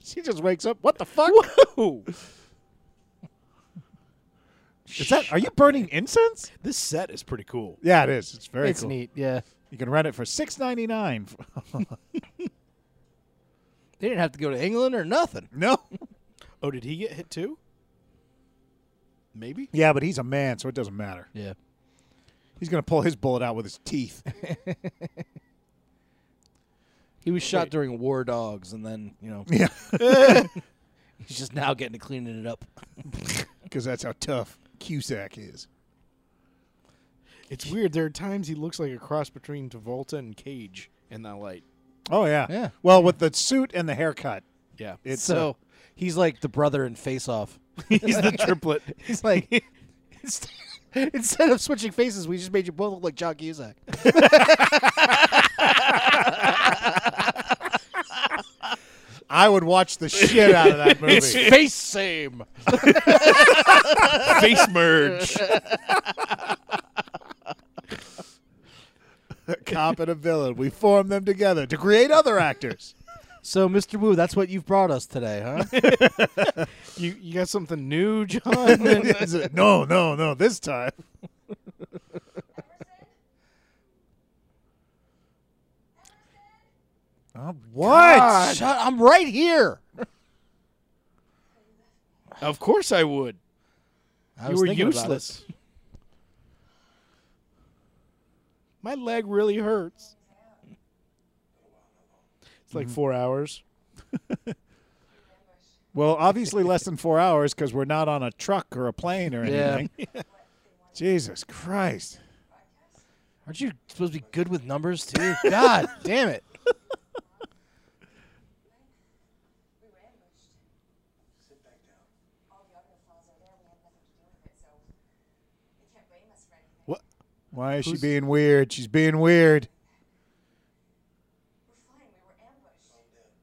she just wakes up. What the fuck?
Ooh,
Is that are you burning incense?
this set is pretty cool.
Yeah, it is. It's very
it's
cool.
neat. Yeah,
You can rent it for six ninety nine.
they didn't have to go to England or nothing.
no.
Oh, did he get hit too? Maybe.
Yeah, but he's a man, so it doesn't matter.
Yeah,
He's gonna pull his bullet out with his teeth.
he was shot
Wait.
during War Dogs, and then you know
Yeah,
he's just now getting to cleaning it up.
because that's how tough Cusack is.
It's weird. There are times he looks like a cross between Travolta and Cage in that light.
Oh yeah.
Yeah.
Well, with the suit and the haircut,
Yeah.
it's
so
uh,
he's like the brother in Face Off.
He's the triplet.
He's like inst- instead of switching faces, we just made you both look like John Cusack.
uh, I would watch the shit out of that movie.
Face same.
Face merge.
a cop and a villain. We form them together to create other actors.
So, Mr. Wu, that's what you've brought us today, huh?
You you got something new, John?
no, no, no. This time.
Emerson?
Oh, What?
God.
Shut, I'm right here.
of course I would.
I
you
was
were
thinking about it.
useless. My leg really hurts. It's like four hours.
Well, obviously less than four hours because we're not on a truck or a plane or
Yeah.
anything. Jesus Christ.
Aren't you supposed to be good with numbers too? God damn it.
We were ambushed.
Sit back down.
All the audio files are there. We had nothing to do with it, so they can't blame us for anything.
What?
Why is she being weird? She's being weird.
We're fine. We were ambushed.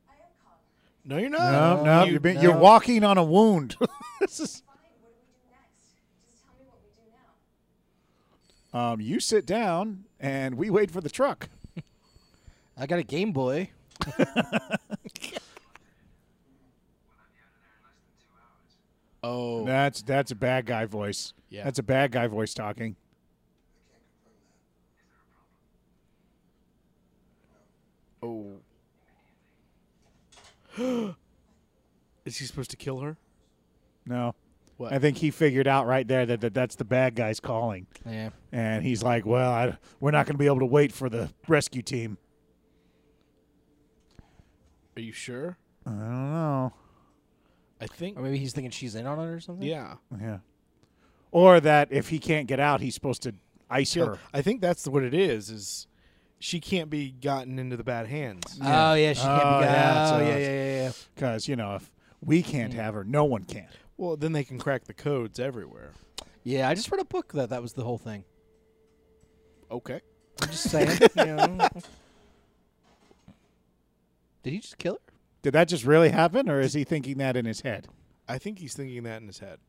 I am calm.
No, you're
No,
not.
no,
You-
you're, being, you're
no.
walking on a wound. this is,
Fine. What do we do next? Just tell me what we do now.
um, you sit down and we wait for the truck.
I got a Game Boy.
Oh,
That's that's a bad guy voice.
Yeah.
that's a bad guy voice talking.
oh. Is he supposed to kill her?
No,
What?
I think he figured out right there that, that that's the bad guys calling,
Yeah.
and he's like, "Well, I, we're not going to be able to wait for the rescue team."
Are you sure?
I don't know.
I think.
Or maybe he's thinking she's in on it or something.
Yeah.
Yeah, or that if he can't get out, he's supposed to ice
Kill-
her.
I think that's what it is. Is she can't be gotten into the bad hands.
Oh yeah, she can't
Oh,
be.
yeah,
Yeah,
it's,
oh
uh,
yeah, yeah, yeah, yeah.
Because you know, if we can't have her, no one can.
Well, then they can crack the codes everywhere.
Yeah, I just read a book that that was the whole thing.
Okay.
I'm just saying. you know. Did he just kill her?
Did that just really happen, or is he thinking that in his head?
I think he's thinking that in his head.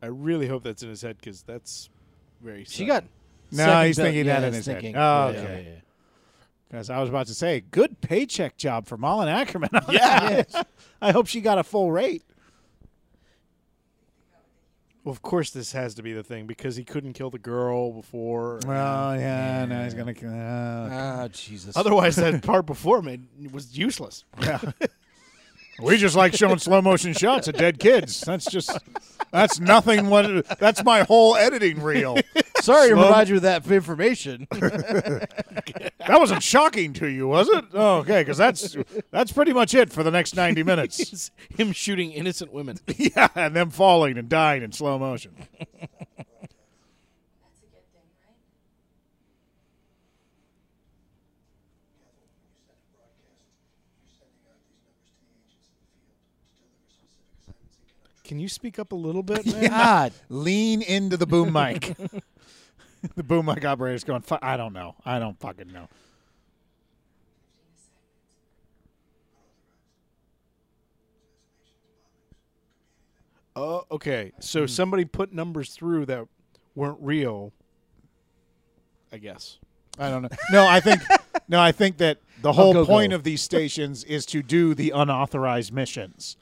I really hope that's in his head because that's very.
She
sudden.
got.
No,
second
he's
bill-
thinking that
yeah,
in
he's
his head.
thinking.
Oh,
Yeah,
okay.
yeah, yeah.
Because I was about to say, good paycheck job for Malin Ackerman.
Yeah.
I hope she got a full rate.
Well, of course, this has to be the thing because he couldn't kill the girl before.
Well, yeah, no, he's gonna. Uh,
Ah, Jesus.
Otherwise, that part before made was useless.
we just like showing slow motion shots of dead kids. That's just that's nothing. What that's my whole editing reel.
Sorry to
Slow-
provide you with that information.
That wasn't shocking to you, was it? Oh, okay, because that's that's pretty much it for the next ninety minutes.
It's him shooting innocent women.
yeah, and them falling and dying in slow motion.
That's a good thing, right?
Catherine, when you send a broadcast, you're sending out these numbers to the agents in the field to deliver specific assignments they cannot
Can you speak up a little bit, man?
God.
Lean into the boom mic. the boom mic operator's going. "Fu- I don't know. I don't fucking know.
Fifteen assignments.
Oh, okay. So somebody put numbers through that weren't real. I guess.
I don't know. No, I think no, I think that the whole
go,
point
go.
of these stations is to do the unauthorized missions.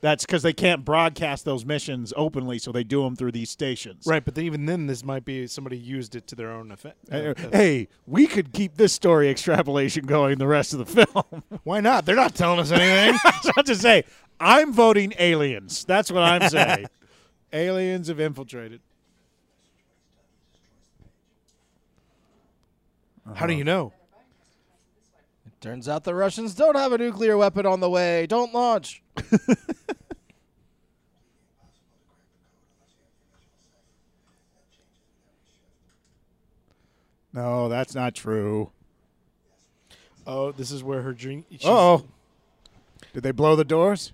That's because they can't broadcast those missions openly, so they do them through these stations.
Right, but then, even then, this might be somebody used it to their own effect.
Uh, Hey, we could keep this story extrapolation going the rest of the film.
Why not? They're not telling us anything.
That's not to say, I'm voting aliens. That's what I'm saying. aliens have infiltrated.
How do you know?
Turns out the Russians don't have a nuclear weapon on the way. Don't launch.
No, that's not true.
Oh, this is where her dream. she's-
Oh, did they blow the doors?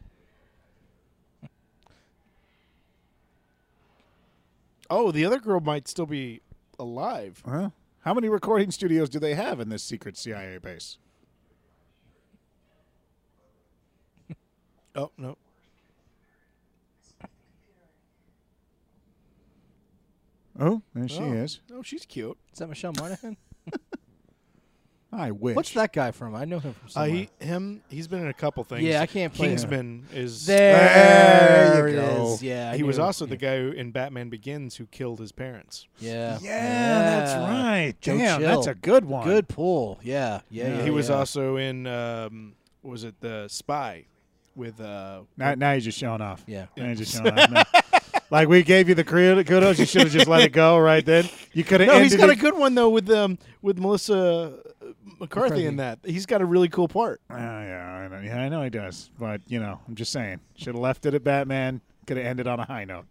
Oh, the other girl might still be alive.
Huh? How many recording studios do they have in this secret CIA base?
Oh no.
Oh, there she
Oh.
is.
Oh, she's cute.
Is that Michelle Monaghan?
I wish.
What's that guy from? I know him from
Uh,
somewhere.
he, him, he's been in a couple things.
Yeah, I can't play him.
Kingsman is Oh.
there,
There you
it
go.
is. Yeah, I
He was
knew.
also the guy who, in Batman Begins who killed his parents.
Yeah.
Yeah, that's right.
Joe
Damn, that's
Chill.
a good one.
Good pull. Yeah. Yeah. yeah
he was
Oh, yeah.
also in um, what was it the Spy with uh,
Now, now you're just showing off.
Yeah.
Now you're just showing off. No. Like we gave you the cre- kudos, you should have just let it go right then. You could have.
no,
ended
he's got
it.
a good one though with um, with Melissa uh, McCarthy,
McCarthy.
in that. He's got a really cool part.
Oh, yeah, I know, yeah, I know he does. But you know, I'm just saying, should have left it at Batman. Could have ended on a high note.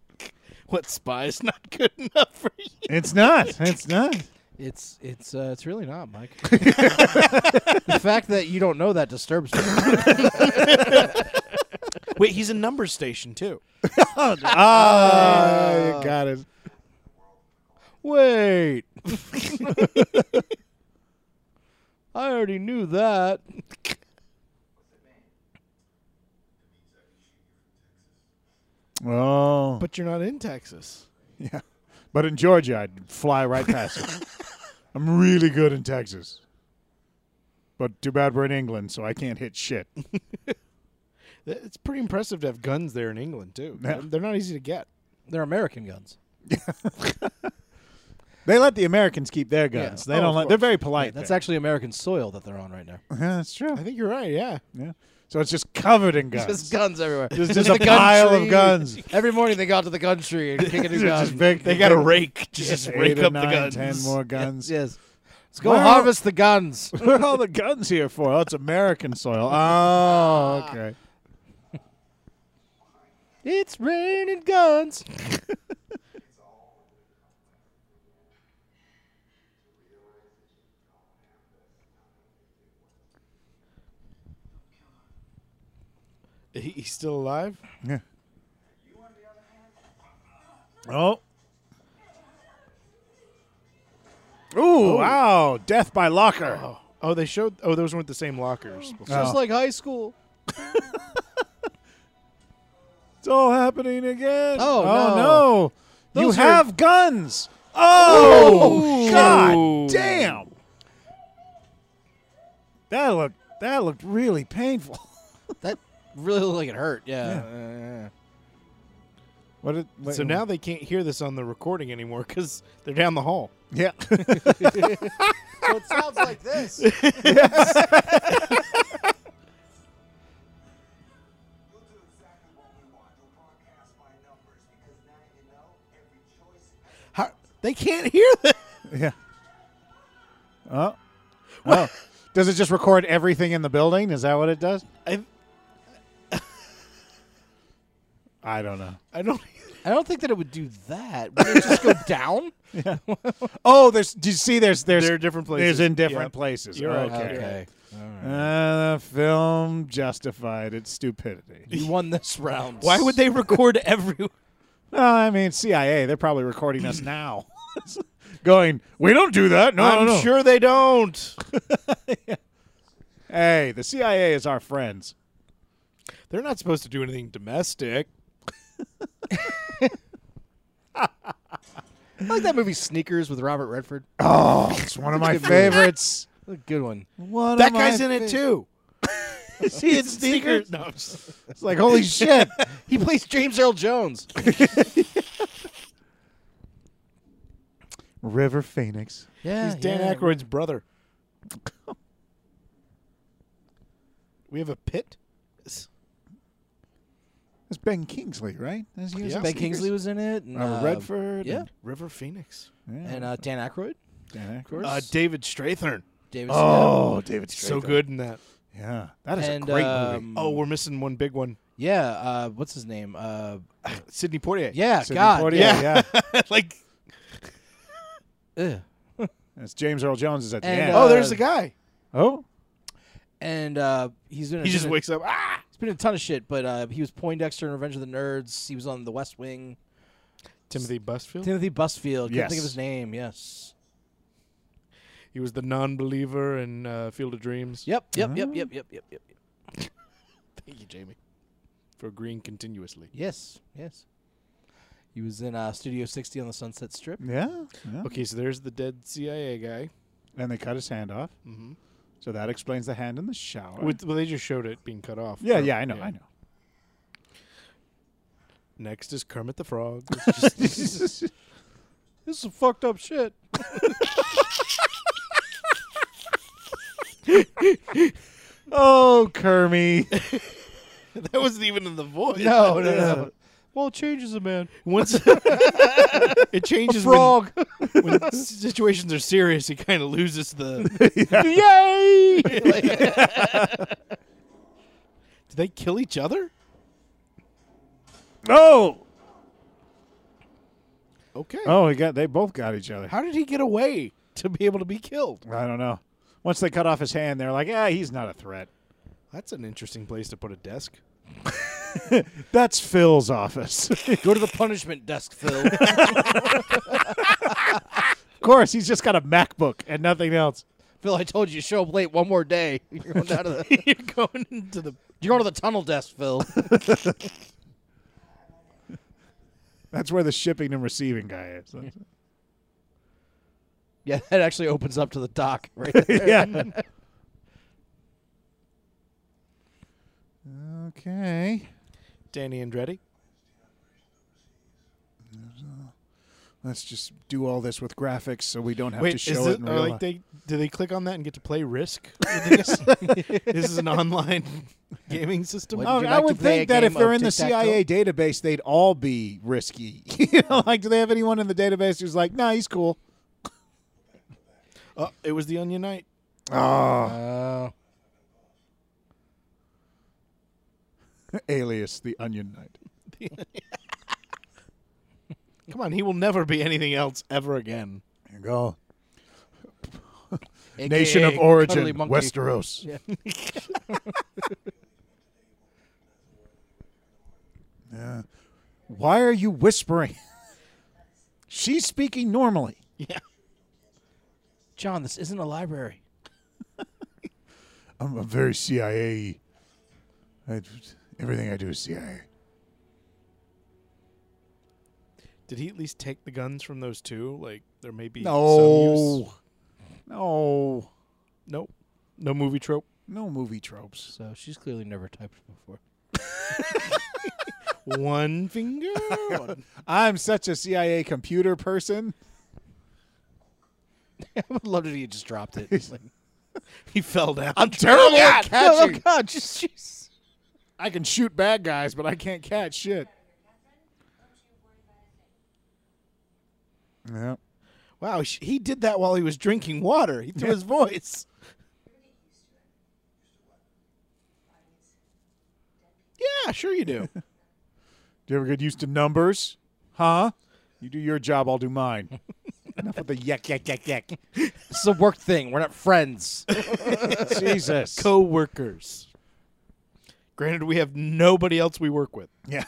What Spy is not good enough for you?
It's not. It's not.
It's it's uh, it's really not, Mike. the fact that you don't know that disturbs me.
Wait, he's a number station too.
Ah, you got it.
Wait. I already knew that.
Oh, but
But you're not in Texas.
yeah. But in Georgia, I'd fly right past it. I'm really good in Texas. But too bad we're in England, so I can't hit shit.
Th- It's pretty impressive to have guns there in England too.
Yeah.
They're- They're not easy to get.
They're American guns.
They let the Americans keep their guns.
Yeah.
They
Oh,
don't
of
let. They're
course.
very polite.
That's
there.
actually American soil that they're on right now.
yeah, that's true.
I think you're right. Yeah.
Yeah. So it's just covered in guns.
Just guns everywhere.
There's just a pile of guns.
Every morning they go out to the country and pick a new
They're
gun.
just big-
They got a rake to just
Eight
rake
or
up
nine,
the guns.
Ten more guns.
Yes. Let's go
Where-
harvest the guns.
What are all the guns here for? Oh, it's American soil. Oh,
Ah.
okay.
It's raining guns.
He- He's still alive.
Yeah. Oh. Ooh, wow. Death by locker.
Oh, they showed. Oh, those weren't the same lockers. before.
Oh.
Just like high school.
It's all happening again.
Oh,
no. You
Those are-
have guns. Oh,
Ooh.
God damn. That looked that looked really painful.
That really looked like it hurt. Yeah.
What did, wait,
So now they can't hear this on the recording anymore because they're down the hall.
yeah.
So it sounds like this.
You'll do exactly what we want. You'll broadcast by numbers because now you know every choice.
How, they can't hear that.
Yeah. Oh. Oh. Does it just record everything in the building? Is that what it does?
I,
I don't know.
I don't.
I don't think that it would do that. Would it just go down?
Oh, there's. Do you see? There's. There's.
They're different places.
There's in different
Yep.
places.
You're right.
okay.
Okay. All right.
Uh, the film justified its stupidity.
You won this round.
Why would they record every?
Well, I mean, CIA. They're probably recording us now. Going. We don't do that. No,
I'm
no, no.
sure they don't.
Hey, the CIA is our friends.
They're not supposed to do anything domestic.
I like that movie Sneakers with Robert Redford?
Oh, it's one of my favorites.
A good one.
One of
that
my
guy's in it
fa-
too.
Is he in sneakers?
No, I'm just-
It's like holy shit.
He plays James Earl Jones.
River Phoenix.
Yeah,
he's Dan Aykroyd's brother. We have a pit.
That's Ben Kingsley, right? That's you.
Yeah. Um,
Ben Kingsley was in it. And,
Robert
uh,
Redford.
Yeah,
River Phoenix.
And, yeah,
and uh, Dan Aykroyd.
Dan Aykroyd.
Uh, David Strathern.
David
oh, David Strathern.
So good in that.
Yeah, that is a
Sandberg. and
great movie.
um,
Oh, we're missing one big one.
yeah. Uh, what's his name? Uh,
Sydney Poitier.
yeah,
Sidney
God,
Poitier,
yeah.
yeah.
Oh, like
Ugh.
That's James Earl Jones is at the
And,
end.
uh,
oh, there's the guy.
oh,
And uh, he's in.
He just
been in-
wakes up. Ah,
He's been in a ton of shit, but uh, he was Poindexter in Revenge of the Nerds. He was on The West Wing.
Timothy Busfield.
Timothy Busfield. Can't think
Yes.
of his name. Yes.
he was the non-believer in uh, Field of Dreams.
Yep. Yep. Yep. Yep. Yep. Yep. Yep.
Thank you, Jamie, for agreeing continuously.
Yes. Yes. He was in uh, Studio 60 on the Sunset Strip.
yeah, yeah.
Okay, so there's the dead CIA guy.
And they cut his hand off.
Mhm.
So that explains the hand in the shower.
With, well, they just showed it being cut off.
yeah,
Or-
yeah, I know, I know.
Next is Kermit the Frog. It's just- this is some fucked up shit.
Oh, Kermie.
That wasn't even in the voice.
No, no, no.
Well, it changes a man. Once it changes when-
Frog.
When, situations are serious, he kind of loses the.
Yay!
Do they kill each other?
Oh,
Okay.
oh, we got. They both got each other.
How did he get away to be able to be killed?
I don't know. Once they cut off his hand, they're like, "Yeah, he's not a threat."
That's an interesting place to put a desk.
That's Phil's office. of
Go to the punishment desk, Phil.
course, he's just got a MacBook and nothing else.
Phil, I told you to show up late one more day. You're going down to the.
You're going into the.
You're going to the tunnel desk, Phil.
That's where the shipping and receiving guy is.
yeah, that actually opens up to the dock right there.
yeah. okay.
Danny Andretti.
Let's just do all this with graphics so we don't have
Wait,
to
is
show
it,
it in
are,
real
like
life.
they do they click on that and get to play Risk? with this? this is an online gaming system.
What?
Oh,
Would you
I
like to
would
play a
think that if
game
they're
of
in the
tic-tac-toe?
CIA database, they'd all be risky. you know, like, do they have anyone in the database who's like, nah, he's cool?
Oh, it was the Onion Knight.
Oh,
Oh.
alias the Onion Knight.
Come on, he will never be anything else ever again.
There you go.
AKA
Nation of
Cuddly
origin,
Monkey.
Westeros.
Yeah.
Yeah. Why are you whispering? She's speaking normally.
Yeah,
John, this isn't a library.
I'm a very CIA. I, everything I do is CIA.
did he at least take the guns from those two? Like there may be some use.
No, no,
Nope, no movie trope.
no movie tropes.
So she's clearly never typed before.
One finger. one-
I'm such a CIA computer person.
I would love it if you just dropped it. Like,
He fell down.
terrible at
oh, God. She's, she's,
I can shoot bad guys, but I can't catch shit. Yeah.
Wow, sh- he did that while he was drinking water. He threw his voice. Yeah, sure you do.
Do you ever get used to numbers? Huh? You do your job, I'll do mine. Enough with the yuck, yuck, yuck,
this is a work thing. We're not friends.
yuck. Jesus.
Co-workers. Granted, we have nobody else we work with.
Yeah.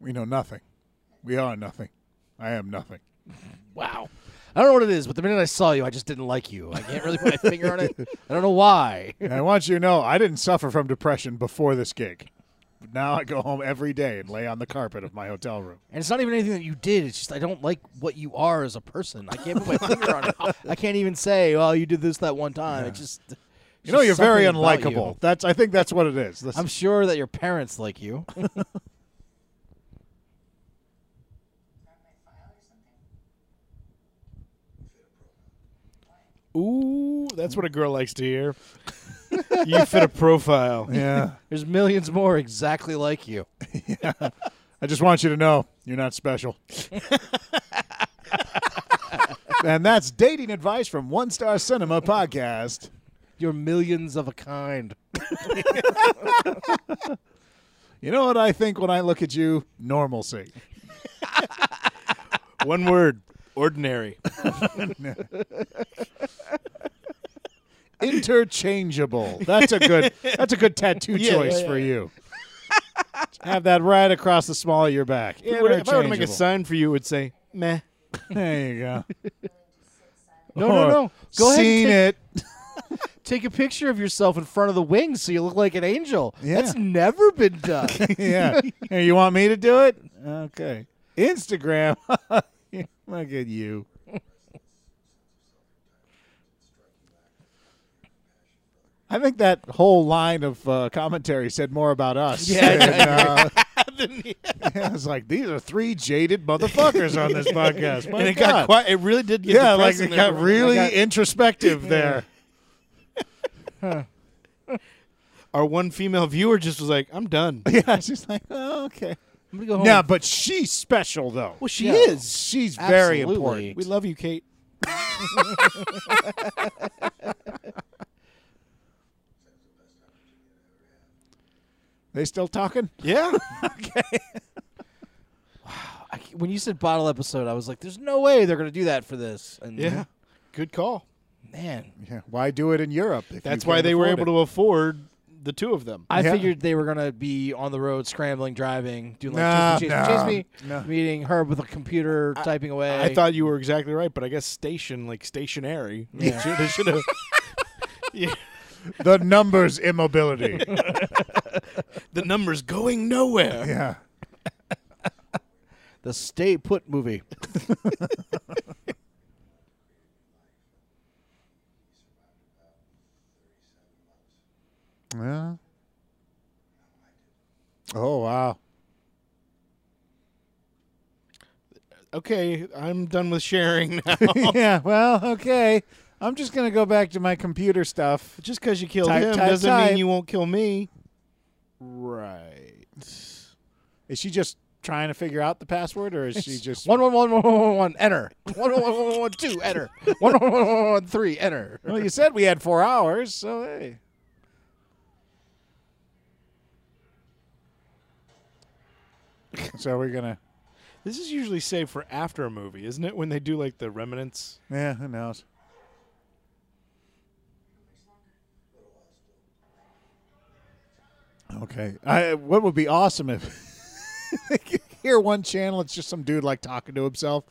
we know nothing. We are nothing. I am nothing.
Wow. I don't know what it is, but the minute I saw you, I just didn't like you. I can't really put my finger on it. I don't know why.
And I want you to know I didn't suffer from depression before this gig. But now I go home every day and lay on the carpet of my hotel room.
And it's not even anything that you did. It's just I don't like what you are as a person. I can't put my finger on it. I can't even say, "Oh, you did this that one time." It just
You know, you're very
something about
unlikable.
you.
That's I think that's what it is. This-
I'm sure that your parents like you.
Grab my file or something.
Ooh, that's what a girl likes to hear. you fit a profile.
yeah.
There's millions more exactly like you.
I just want you to know you're not special. and that's dating advice from One Star Cinema Podcast.
You're millions of a kind.
You know what I think when I look at you? Normalcy.
One word, ordinary.
Interchangeable. That's a good that's a good tattoo
Yeah,
choice
yeah,
for
yeah.
you. Have that right across the small of your back.
if I were to make a
Interchangeable.
sign for you, it would say, meh.
There you go.
No, no,
Or
no. Go ahead and
Seen
take-
it.
Take a picture of yourself in front of the wings so you look like an angel.
Yeah.
That's never been done.
yeah. Hey, you want me to do it? Okay. Instagram. Look at you. I think that whole line of uh, commentary said more about us.
Yeah,
than, uh, I was like, these are three jaded motherfuckers on this podcast. My
and it
God.
got quite. It really did get.
yeah, like it
depressing
got
there.
really
Like,
introspective there.
Our one female viewer just was like, "I'm done."
Yeah, she's like, oh, okay.
I'm gonna go home.
Yeah, but she's special though.
Oh. Well, she
Yeah.
is.
She's very
Absolutely.
important.
We love you, Kate.
They still talking?
Yeah.
I c- when you said bottle episode, I was like, "There's no way they're gonna do that for this." And
yeah. Good call.
man,
Yeah. Why do it in Europe? if
That's
you
why
can't
they were
afford
able to afford the two of them.
I
Yeah.
figured they were gonna be on the road scrambling, driving, doing like
No,
chase me,
no,
chase me, chase me,
no.
meeting her with a computer, typing away.
I thought you were exactly right, but I guess station like stationary.
Yeah.
They should have. yeah.
it? The numbers immobility.
The numbers going nowhere.
yeah.
the Stay Put movie.
Yeah. Oh wow.
Okay, I'm done with sharing now.
yeah. Well, okay. I'm just gonna go back to my computer stuff.
Just because you killed
Type,
him
type,
doesn't
type.
mean you won't kill me. Right.
Is she just trying to figure out the password, or is she just?
One one one one one one one. Enter. One one one one one, one two. Enter. One one one one one, one three. Enter.
Well, you said we had four hours, so hey. so we're gonna.
This is usually saved for after a movie, isn't it? When they do like the remnants.
Yeah. Who knows? Okay. I what would be awesome if hear one channel it's just some dude like talking to himself.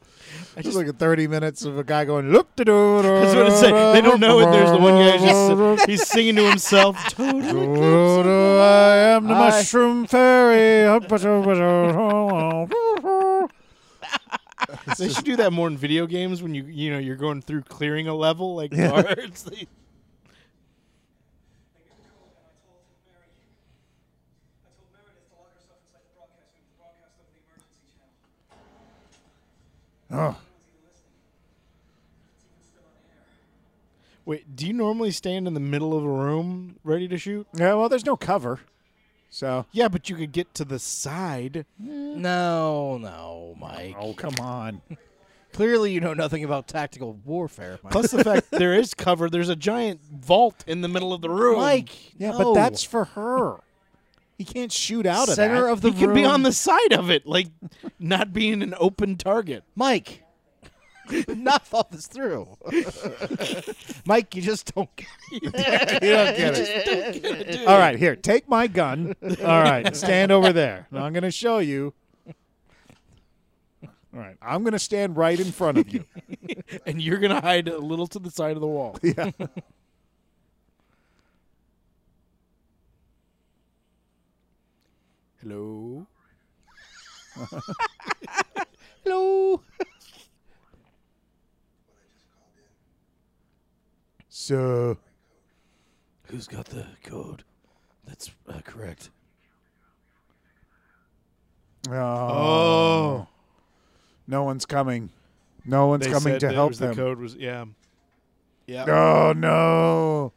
I just like 30 minutes of a guy going loop to do.
That's what I say. They don't know it. There's the one guy who's just he's singing to himself. Total
I am the
I-
mushroom fairy.
They should do that more in video games when you you know you're going through clearing a level like
Yeah.
cards. They-
I get the call and I told Mary. I told Meredith to lock herself inside the broadcast room to broadcast over the emergency channel.
oh.
No one's even listening. It's even still on air.
Wait, do you normally stand in the middle of a room ready to shoot?
Yeah, well, there's no cover. So,
Yeah, but you could get to the side.
No, no, Mike.
oh, come on.
Clearly, you know nothing about tactical warfare. Mike.
Plus the fact there is cover. There's a giant vault in the middle of the room.
Mike.
Yeah,
no.
but that's for her. He can't shoot out of
Center
that.
of the
he could be
room.
on the side of it, like not being an open target.
Mike. Not thought this through. Mike, you just don't get
You don't get it. All right, here, take my gun. All right, stand over there. Now I'm going to show you. All right, I'm going to stand right in front of you.
And you're gonna hide a little to the side of the wall.
Yeah.
Hello.
Hello.
So,
Who's got the code? That's uh, correct.
oh,
Oh.
Um, no one's coming. No one's coming to help
the
them.
code was yeah. Yeah.
Oh no.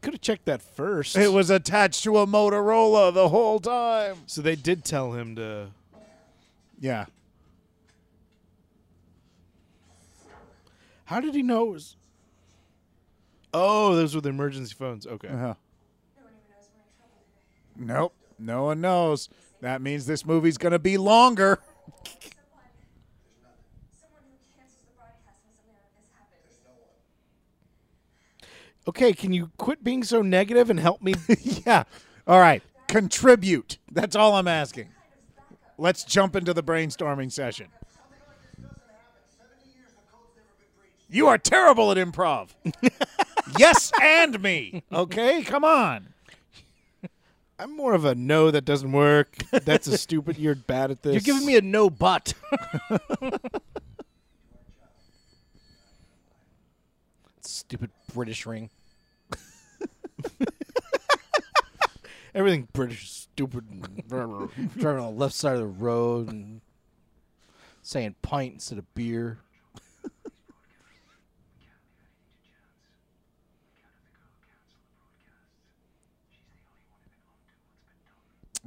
Could have checked that first.
It was attached to a Motorola the whole time.
So they did tell him to.
Yeah.
How did he know it was? Oh, those were the emergency phones. Okay.
Uh-huh.
No one even knows we're in trouble today.
Nope. No one knows. That means this movie's going to be longer.
Someone, someone who cancels the broadcast when something like this happens.
Okay, can you quit being so negative and help me?
yeah. All right. Contribute. That's all I'm asking. Let's jump into the brainstorming session.
Something like this doesn't happen. Seventy years the code's never been breached.
You are terrible at improv. yes, and me. Okay, come on.
I'm more of a no. That doesn't work. That's a stupid. You're bad at this.
You're giving me a no but. Stupid British ring.
Everything British is stupid. and-
driving on the left side of the road and saying pint instead of beer.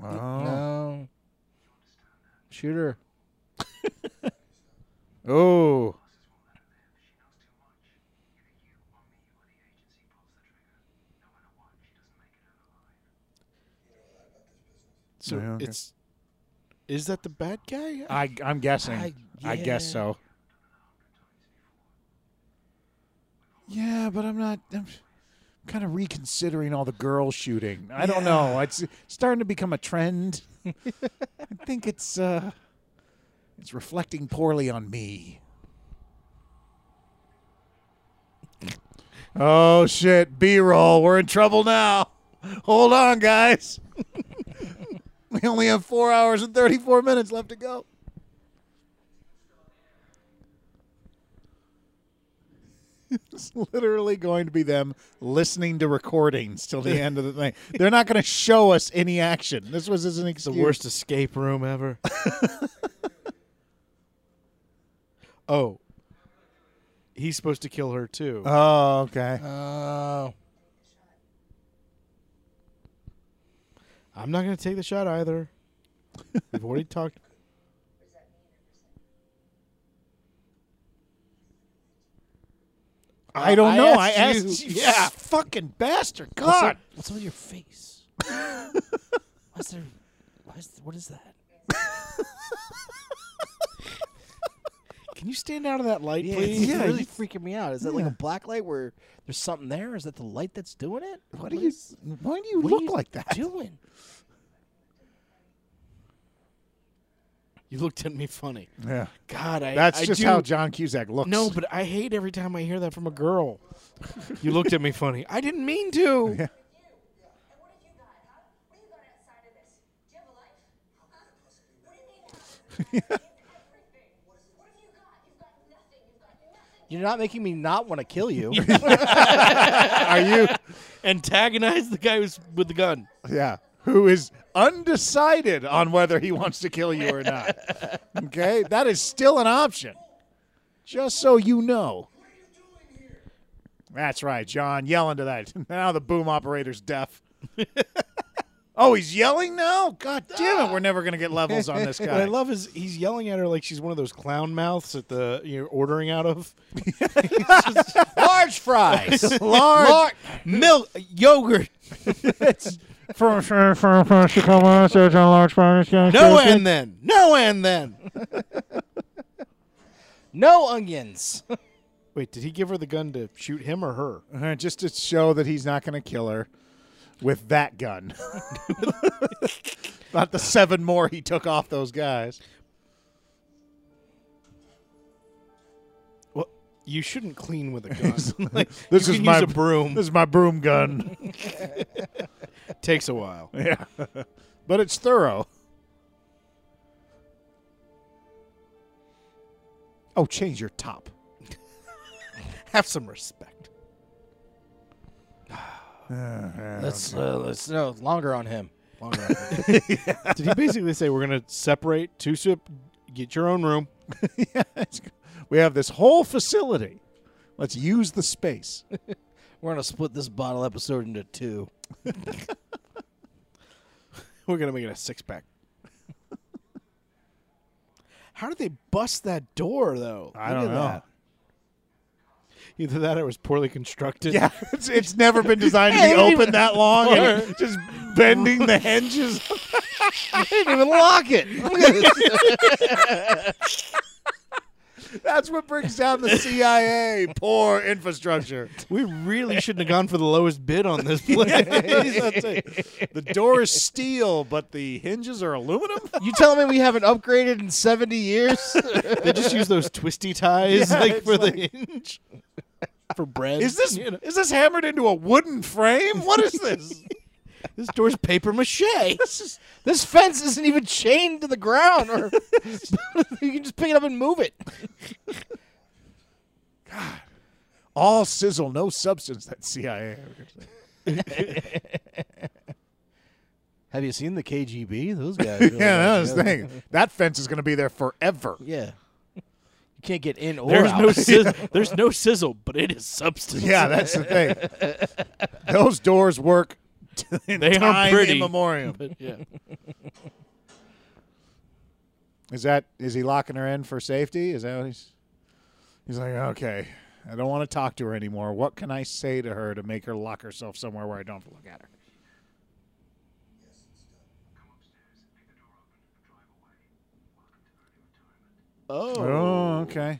Oh.
No. Shoot her.
Oh.
so
Yeah, okay.
it's. Is that the bad guy?
I, I'm guessing. I,
I-
guess
yeah.
so. Yeah, but I'm not. I'm kind of reconsidering all the girl shooting. I don't know. It's starting to become a trend. I think it's uh, it's reflecting poorly on me. Oh shit! B-roll. We're in trouble now. Hold on, guys. we only have four hours and thirty-four minutes left to go. It's literally going to be them listening to recordings till the end of the thing. They're not going to show us any action. This was as an
the
excuse.
worst escape room ever. oh. He's supposed to kill her too.
Oh,
Uh,
okay.
Oh.
I'm not going to take the shot either. We've already talked.
I don't know. I asked,
you-
you. Yeah, fucking bastard. God.
What's up with your face? Why's there? Why's, what is that?
Can you stand out of that light,
It's
please?
really
you-
freaking me out. Is that like a black light where there's something there? Is that the light that's doing it?
What do you?
is-
Why do you
what are
look
you
like that?
Doing?
You looked at me funny.
Yeah,
God, I.
that's
I
just
do-
how John Cusack looks.
No, but I hate every time I hear that from a girl. you looked at me funny. I didn't mean to.
Yeah.
You. And what have you got, huh? What have you got outside of this? Do you have a life? Huh? What do you mean, huh? You have everything. What have you got?
You're
You've got nothing. You've got nothing.
not making me not want to kill you.
are you?
Antagonize the guy who's with the gun.
Yeah, who is undecided on whether he wants to kill you or not? Okay, that is still an option. Just so you know. That's right, John. Yelling to that. Now the boom operator's deaf. oh, he's yelling now. God damn it! We're never gonna get levels on this
What I
guy.
love is he's yelling at her like she's one of those clown mouths that the you're ordering out of.
Large fries.
Large
Milk, yogurt,
from from from from Chicago, Sergeant Large Farmers.
no and then, no and then.
no onions.
Wait, did he give her the gun to shoot him or her?
Uh, Just to show that he's not going to kill her with that gun. not the seven more he took off those guys.
Well, you shouldn't clean with a gun. Like,
This
you
is
can
my
use a broom.
This is my broom gun.
takes a while.
yeah, but it's thorough. Oh, change your top.
Have some respect.
Let's uh, let's no longer on him. Longer on him.
Did he basically say we're gonna separate two sip? Get your own room.
It's- we have this whole facility. Let's use the space.
We're gonna split this bottle episode into two.
We're gonna make it a six pack. How did they bust that door though?
I
Look
don't
at
know.
that. Either that or it was poorly constructed.
Yeah, it's, it's never been designed to be open that long and just bending the hinges.
I didn't even lock it.
That's what brings down the CIA. Poor infrastructure.
We really shouldn't have gone for the lowest bid on this place.
That's it. The door is steel, but the hinges are aluminum.
you telling me we haven't upgraded in seventy years?
they just use those twisty ties
Yeah,
like
it's
for the hinge for bread.
Is this is this hammered into a wooden frame? What is this?
this door's paper mache?
This is
this fence isn't even chained to the ground, or you can just pick it up and move it.
all sizzle, no substance. That CIA.
Have you seen the KGB? Those guys. really
Yeah,
work
that was the
together.
thing. That fence is going to be there forever.
Yeah. You can't get in or
There's
out.
no sizz- there's no sizzle, but it is substance.
Yeah, that's the thing. Those doors work. to- in
They
time
are pretty.
immemorial.
But yeah.
Is that is he locking her in for safety? Is that what he's? He's like, okay, I don't want to talk to her anymore. What can I say to her to make her lock herself somewhere where I don't have to look at her?
Come upstairs, pick the door open, and drive away. Welcome to early
Oh, okay.
Oh,
retirement.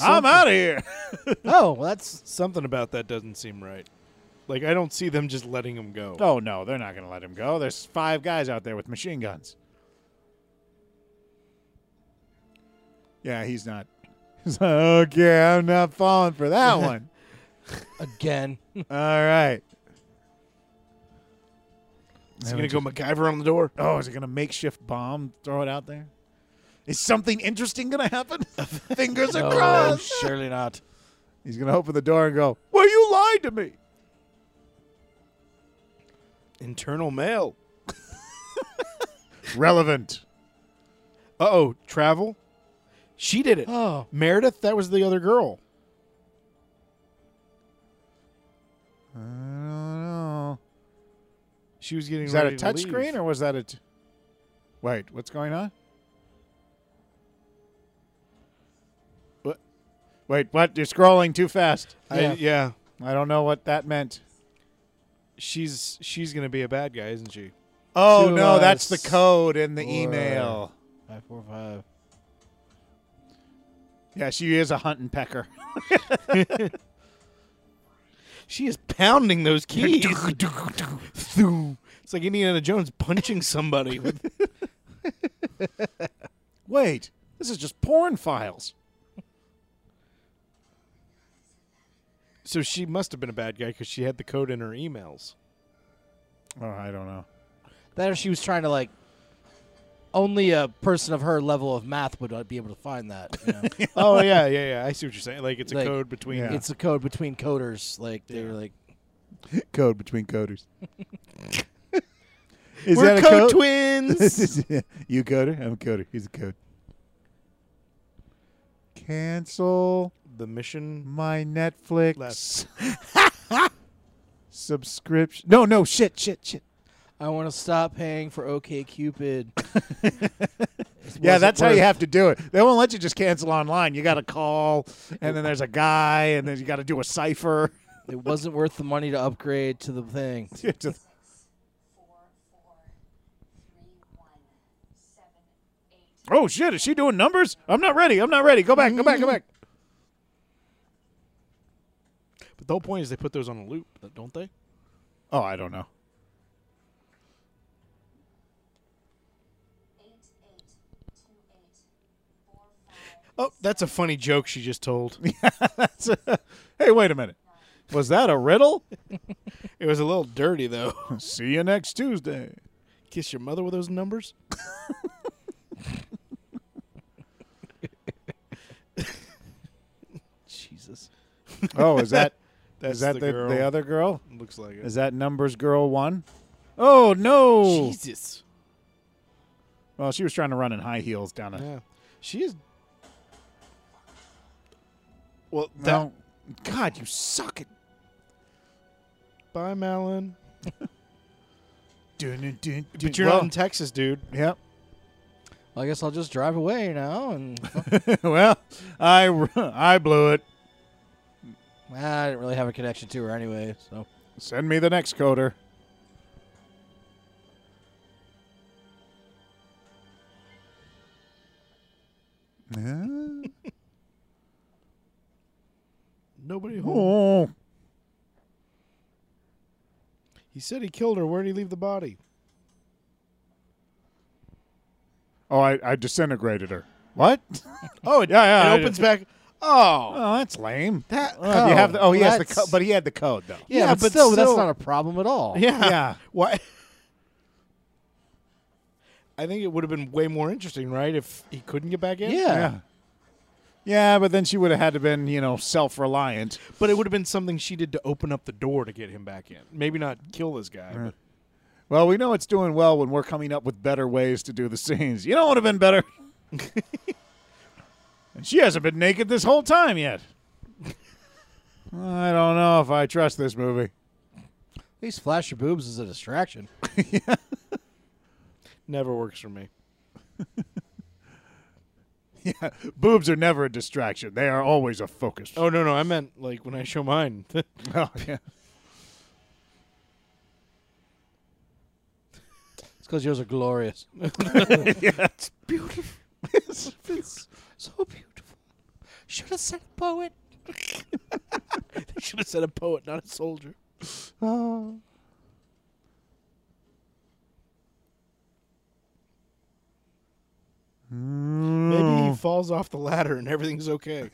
I'm out of here.
Oh, well, that's
something about that doesn't seem right. Like I don't see them just letting him go.
oh no, they're not going to let him go. There's five guys out there with machine guns. Yeah, he's not. He's like, okay, I'm not falling for that one.
again.
All right.
Is he gonna go MacGyver on the door?
Oh, is it gonna makeshift bomb? Throw it out there. Is something interesting gonna happen? Fingers are
Oh,
crossed.
surely not.
He's gonna open the door and go, "Well, you lied to me."
Internal mail.
Relevant.
Uh oh, travel. She did it.
Oh.
Meredith, that was the other girl.
I don't know.
She was getting
Is that a
ready to
touch
leave.
screen or was that a? T- Wait, what's going on? What? Wait, what? You're scrolling too fast.
I- yeah.
I don't know what that meant.
she's she's gonna be a bad guy, isn't she?
Oh
To
no, that's the
us
code in the
or-
email.
Five, four, five.
Yeah, she is a hunt and pecker.
She is pounding those keys. it's like Indiana Jones punching somebody. With,
Wait, this is just porn files.
so she must have been a bad guy because she had the code in her emails.
Oh, I don't know.
That or she was trying to like. Only a person of her level of math would uh, be able to find that. you know?
oh yeah, yeah, yeah. I see what you're saying. Like it's a
Like-
code between.
Yeah.
It's a code between coders. Like they were like,
Code between coders. Is
We're
that a code?
code twins.
you coder? I'm a coder. He's a code. Cancel
the mission.
my Netflix subscription. No, no, shit, shit, shit.
"I want to stop paying for OK Cupid."
Yeah, that's how you have to do it. They won't let you just cancel online. You got to call, and then there's a guy, and then you got to do a cipher.
It wasn't worth the money to upgrade to the thing.
oh shit! Is she doing numbers? I'm not ready. I'm not ready. Go back. Go back. Go back.
But the whole point is they put those on a loop, don't they?
Oh, I don't know.
Oh, that's a funny joke she just told.
That's a- hey, wait a minute. Was that a riddle?
it was a little dirty though.
See you next Tuesday.
Kiss your mother with those numbers. Jesus,
Oh, is that
that's
is that
the,
the,
girl.
the other girl?
Looks like it.
Is that numbers girl one? Oh no!
Jesus.
Well, she was trying to run in high heels down a.
Yeah, she is. Well, that,
No. God, you suck at.
bye, Malin.
Dun, dun, dun, dun.
But you're
Well,
not in Texas, dude.
Yep.
I guess I'll just drive away now, and
well, I I blew it.
Ah, I didn't really have a connection to her anyway. So
Send me the next coder. Huh?
Nobody home.
oh.
He said he killed her. Where did he leave the body?
Oh, I, I disintegrated her. What? oh, it, yeah, yeah.
It
I-
opens back. Oh,
Oh, that's lame.
that.
Oh, you have the, oh, he has the co-
that's-
but he had the code though.
yeah,
Yeah,
but,
but
still, that's
still-
not a problem at all.
Yeah.
Yeah.
Why? I think it would have been way more interesting, right? If he couldn't get back in.
Yeah.
Yeah. Yeah, but then she would have had to been, you know, self-reliant.
But it would have been something she did to open up the door to get him back in. Maybe not kill this guy. But
Well, we know it's doing well when we're coming up with better ways to do the scenes. You know what would have been better? and she hasn't been naked this whole time yet. I don't know if I trust this movie.
At least flash your boobs is a distraction.
Never works for me.
Yeah, boobs are never a distraction. They are always a focus.
Oh no, no, I meant like when I show mine.
Oh, yeah.
It's because yours are glorious.
yes.
it's so beautiful. Should have said a poet.
I should have said a poet, not a soldier.
Oh.
Maybe he falls off the ladder and everything's okay.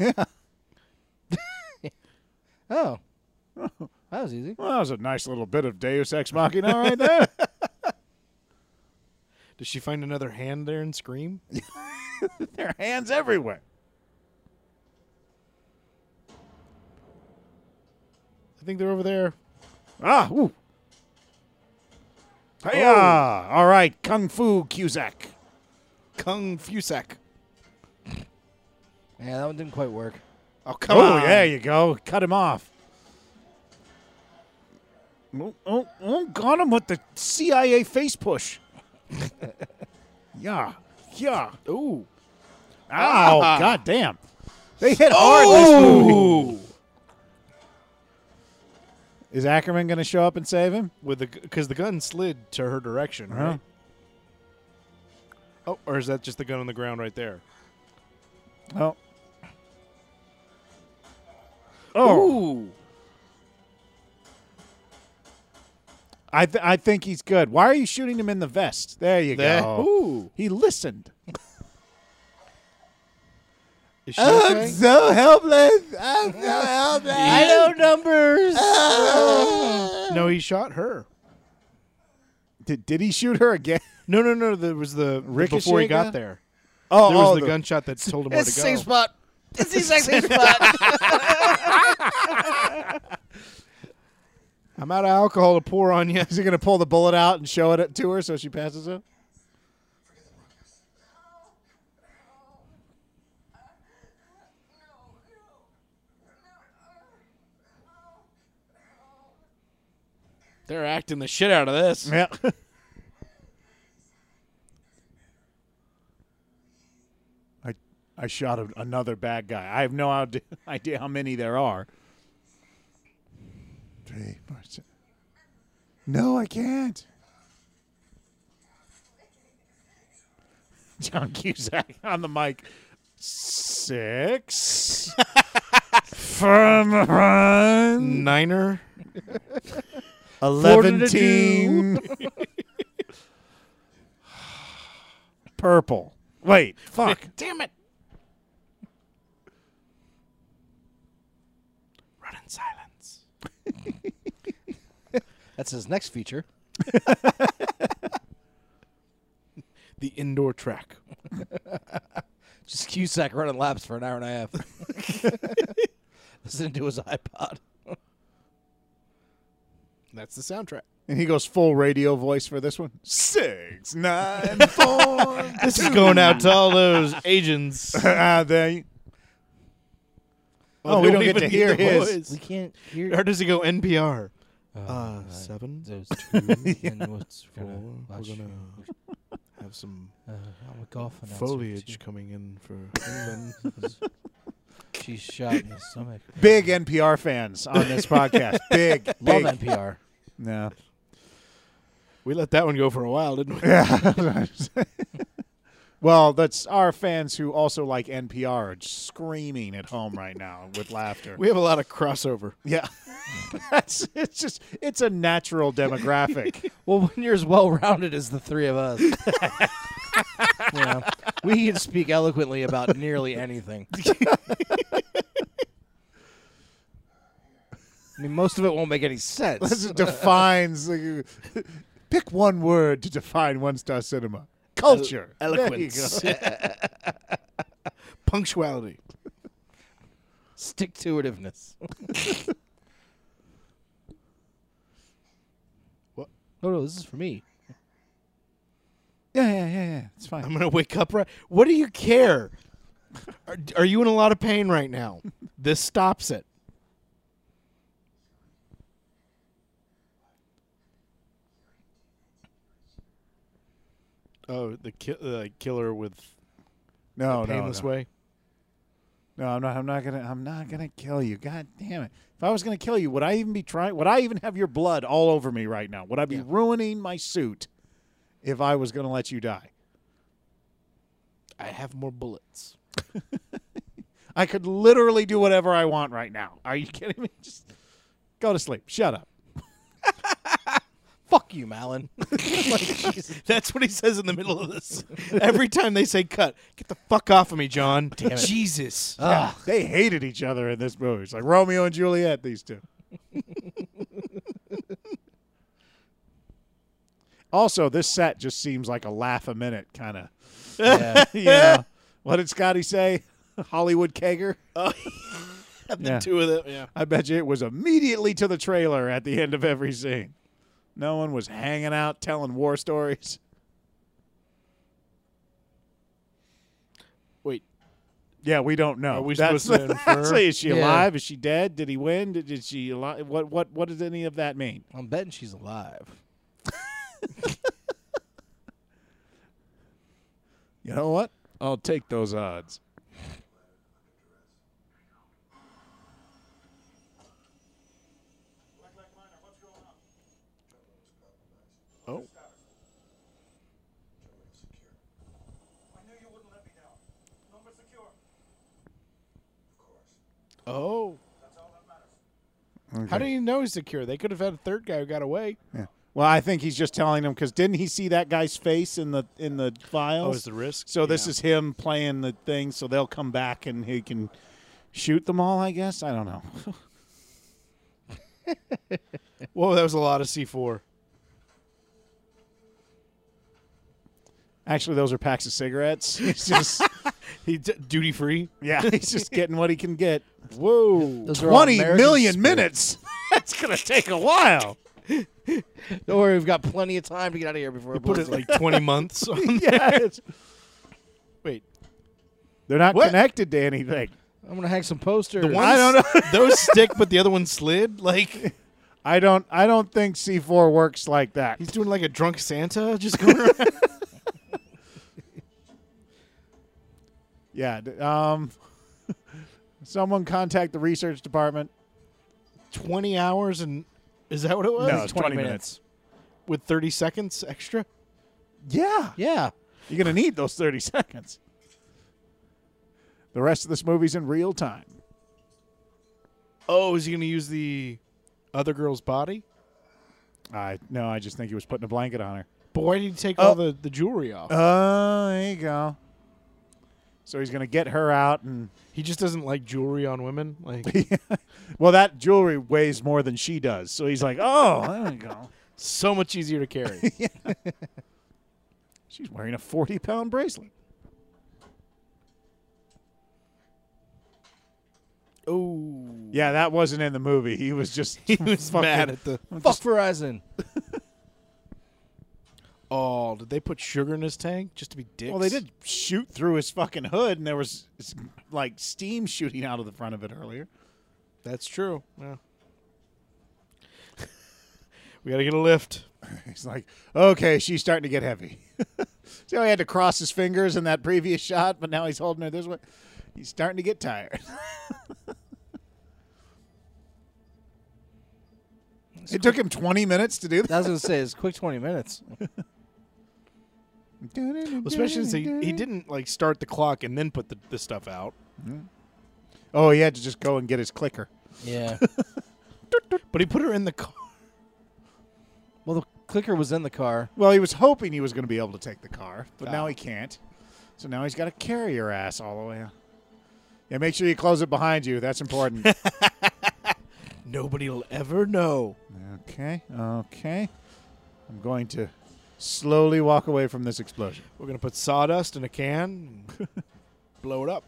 Oh. That was easy.
Well, that was a nice little bit of Deus Ex Machina right there.
Does she find another hand there and scream?
Their hands everywhere.
I think they're over there.
Ah, woo. Hiya! All right, Kung Fu Cusack.
Kung Fusak.
Yeah, that one didn't quite work.
Oh come
oh,
on.
there you go. Cut him off. Oh, oh, oh, got him with the CIA face push. yeah, yeah.
Ooh.
Ow,
Ah.
God damn. They hit hard this movie. Is Ackerman going to show up and save him?
With the because the gun slid to her direction,
Uh-huh.
right? Oh, or is that just the gun on the ground right there?
Oh. Oh,
Ooh.
I, th- I think he's good. Why are you shooting him in the vest? There you
There.
go.
Ooh.
He listened.
Is she okay?
so helpless. I'm so helpless.
I know numbers.
No, he shot her.
Did, did he shoot her again?
No, no, no. There was the
Ricochet
before he got
gun?
there.
Oh,
There was
oh,
the, gunshot that told him where to go.
spot. It's the exact same spot.
I'm out of alcohol to pour on you.
Is he going to pull the bullet out and show it to her so she passes out?
No, no, no. uh, Oh, oh.
They're acting the shit out of this.
Yeah. I I shot a, another bad guy. I have no id- idea how many there are. Three, four, six. No, I can't. John Cusack on the mic. Six. From run.
Niner.
Eleven
Florida to
team. Purple. Wait, fuck.
Ah, Damn it. Run in silence.
That's his next feature.
The indoor track.
Just Cusack running laps for an hour and a half. Listening to his iPod.
That's the soundtrack.
And he goes full radio voice for this one. Six, nine, four.
This is going out to all those agents.
Ah, there you- Oh, we don't get to hear his.
can't hear.
Or does he go NPR?
Uh,
Uh, seven.
There's two and what's four?
Four. We're
Watch
gonna
you.
have some
Uh, I'm a golf announcer,
foliage coming in for England.
too. She's shot in the stomach.
Big NPR fans on this podcast. Big,
Love
big.
NPR.
No.
we let that one go for a while, didn't we?
Yeah. well, that's our fans who also like NPR are screaming at home right now with laughter.
We have a lot of crossover.
yeah. that's it's just it's a natural demographic.
Well, when you're as well rounded as the three of us, yeah, we can speak eloquently about nearly anything. I mean, most of it won't make any sense.
This is defines. pick one word to define one star cinema. Culture,
Eloquence.
There you
Punctuality.
Stick to itiveness.
What?
No, no, this is for me.
Yeah, yeah, yeah, yeah. It's fine.
I'm gonna wake up right. What do you care? Are, are you in a lot of pain right now? This stops it. Oh, the ki- the killer with
no, Oh, no,
painless
no.
way.
No, I'm not. I'm not gonna. I'm not gonna kill you. God damn it! If I was gonna kill you, would I even be trying? Would I even have your blood all over me right now? Would I be
Yeah.
ruining my suit if I was gonna let you die?
I have more bullets.
I could literally do whatever I want right now. Are you kidding me? Just go to sleep. Shut up.
Fuck you, Malin.
That's what he says in the middle of this. Every time they say cut, get the fuck off of me, John.
it.
Jesus.
Ugh.
They hated each other in this movie. It's like Romeo and Juliet. These two. also, this set just seems like a laugh a minute kind of.
Yeah.
you know, what did Scotty say? Hollywood kegger. Oh, yeah.
The two of them. Yeah.
I bet you it was immediately to the trailer at the end of every scene. No one was hanging out telling war stories.
Wait.
Yeah, we don't know.
Are we
that's,
supposed to
that's-
infer?
Is she
Yeah.
alive? Is she dead? Did he win? Did, did she? Alive? What? What? What does any of that mean?
I'm betting she's alive.
You know what? I'll take those odds.
Black Light Miner, what's going on? Trouble was compromised.
Oh.
Stop it. Trouble is secure. I knew you wouldn't let me down. Number secure. Of course.
Oh.
That's all that matters.
How do you know he's secure? They could have had a third guy who got away.
Yeah. Well, I think he's just telling him because didn't he see that guy's face in the in the files?
it's Oh, the risk?
So this
Yeah.
is him playing the thing. So they'll come back and he can shoot them all. I guess I don't know.
Whoa, that was a lot of C4.
Actually, those are packs of cigarettes. He's just
He d- duty free.
yeah, he's just getting what he can get.
Whoa.
Those are all
Twenty
American
million
spirit.
minutes. That's gonna take a while.
Don't worry, we've got plenty of time to get out of here before it
Put
blows
it
up.
like 20 months. On
yeah, it's-
Wait.
they're not
What?
connected to anything.
I'm gonna hang some posters.
I don't know.
Those stick, but the other one slid. Like
I don't. I don't think C four works like that.
he's doing like a drunk Santa, just going around.
Yeah. d- Um. Someone contact the research department.
20 hours and is that what it was?
No, it's 20
With 30 seconds extra.
Yeah.
Yeah.
You're gonna need those thirty seconds. The rest of this movie's in real time.
Oh, is he going to use the other girl's body?
I no. I just think he was putting a blanket on her.
But why did he take
Oh.
all the, the jewelry off?
Oh, there you go. So he's gonna get her out, and
he just doesn't like jewelry on women. Like
well, that jewelry weighs more than she does. So he's like, oh, there you go.
so much easier to carry.
She's wearing a forty-pound bracelet.
oh,
Yeah, that wasn't in the movie. He was just
he was
fucking-
mad at the.
Fuck Verizon.
Oh, did they put sugar in his tank just to be dicks?
Well, they did shoot through his fucking hood, and there was s- like steam shooting out of the front of it earlier.
That's true. Yeah. we gotta get a lift.
He's like, okay, she's starting to get heavy. so he had to cross his fingers in that previous shot, but now he's holding her this way. He's starting to get tired. it took him 20 minutes to do
I
that.
was gonna say it's quick 20 minutes.
Especially since he, he didn't like start the clock and then put the, the stuff out.
Oh, he had to just go and get his clicker.
Yeah.
But he put her in the car.
well, the clicker was in the car.
Well, he was hoping he was going to be able to take the car, but now he can't. So now he's got to carry your ass all the way. out. Yeah, make sure you close it behind you. That's important.
Nobody'll ever know.
okay, okay. I'm going to slowly walk away from this explosion.
We're gonna put sawdust in a can and blow it up.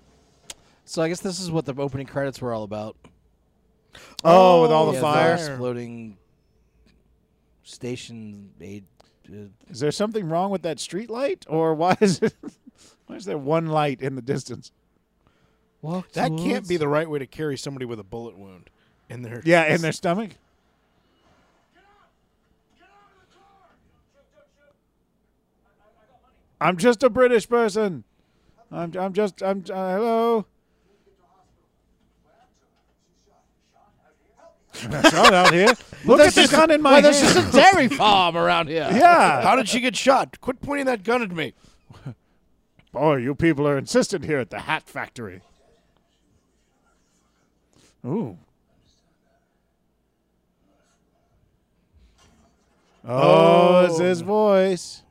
So I guess this is what the opening credits were all about.
Oh, with all the
yeah,
fire.
exploding station aid. uh,
Is there something wrong with that street light, or why is it? Why is there one light in the distance?
walk
That can't be
towards-
the right way to carry somebody with a bullet wound in their
Yeah, in their stomach. I'm just a British person. I'm I'm just I'm uh, hello. Shot out here. Look at this gun in my
Why,
hand.
there's just a dairy farm around here.
yeah.
How did she get shot? Quit pointing that gun at me.
Boy, you people are insistent here at the Hat Factory. Ooh. Oh, it's his voice.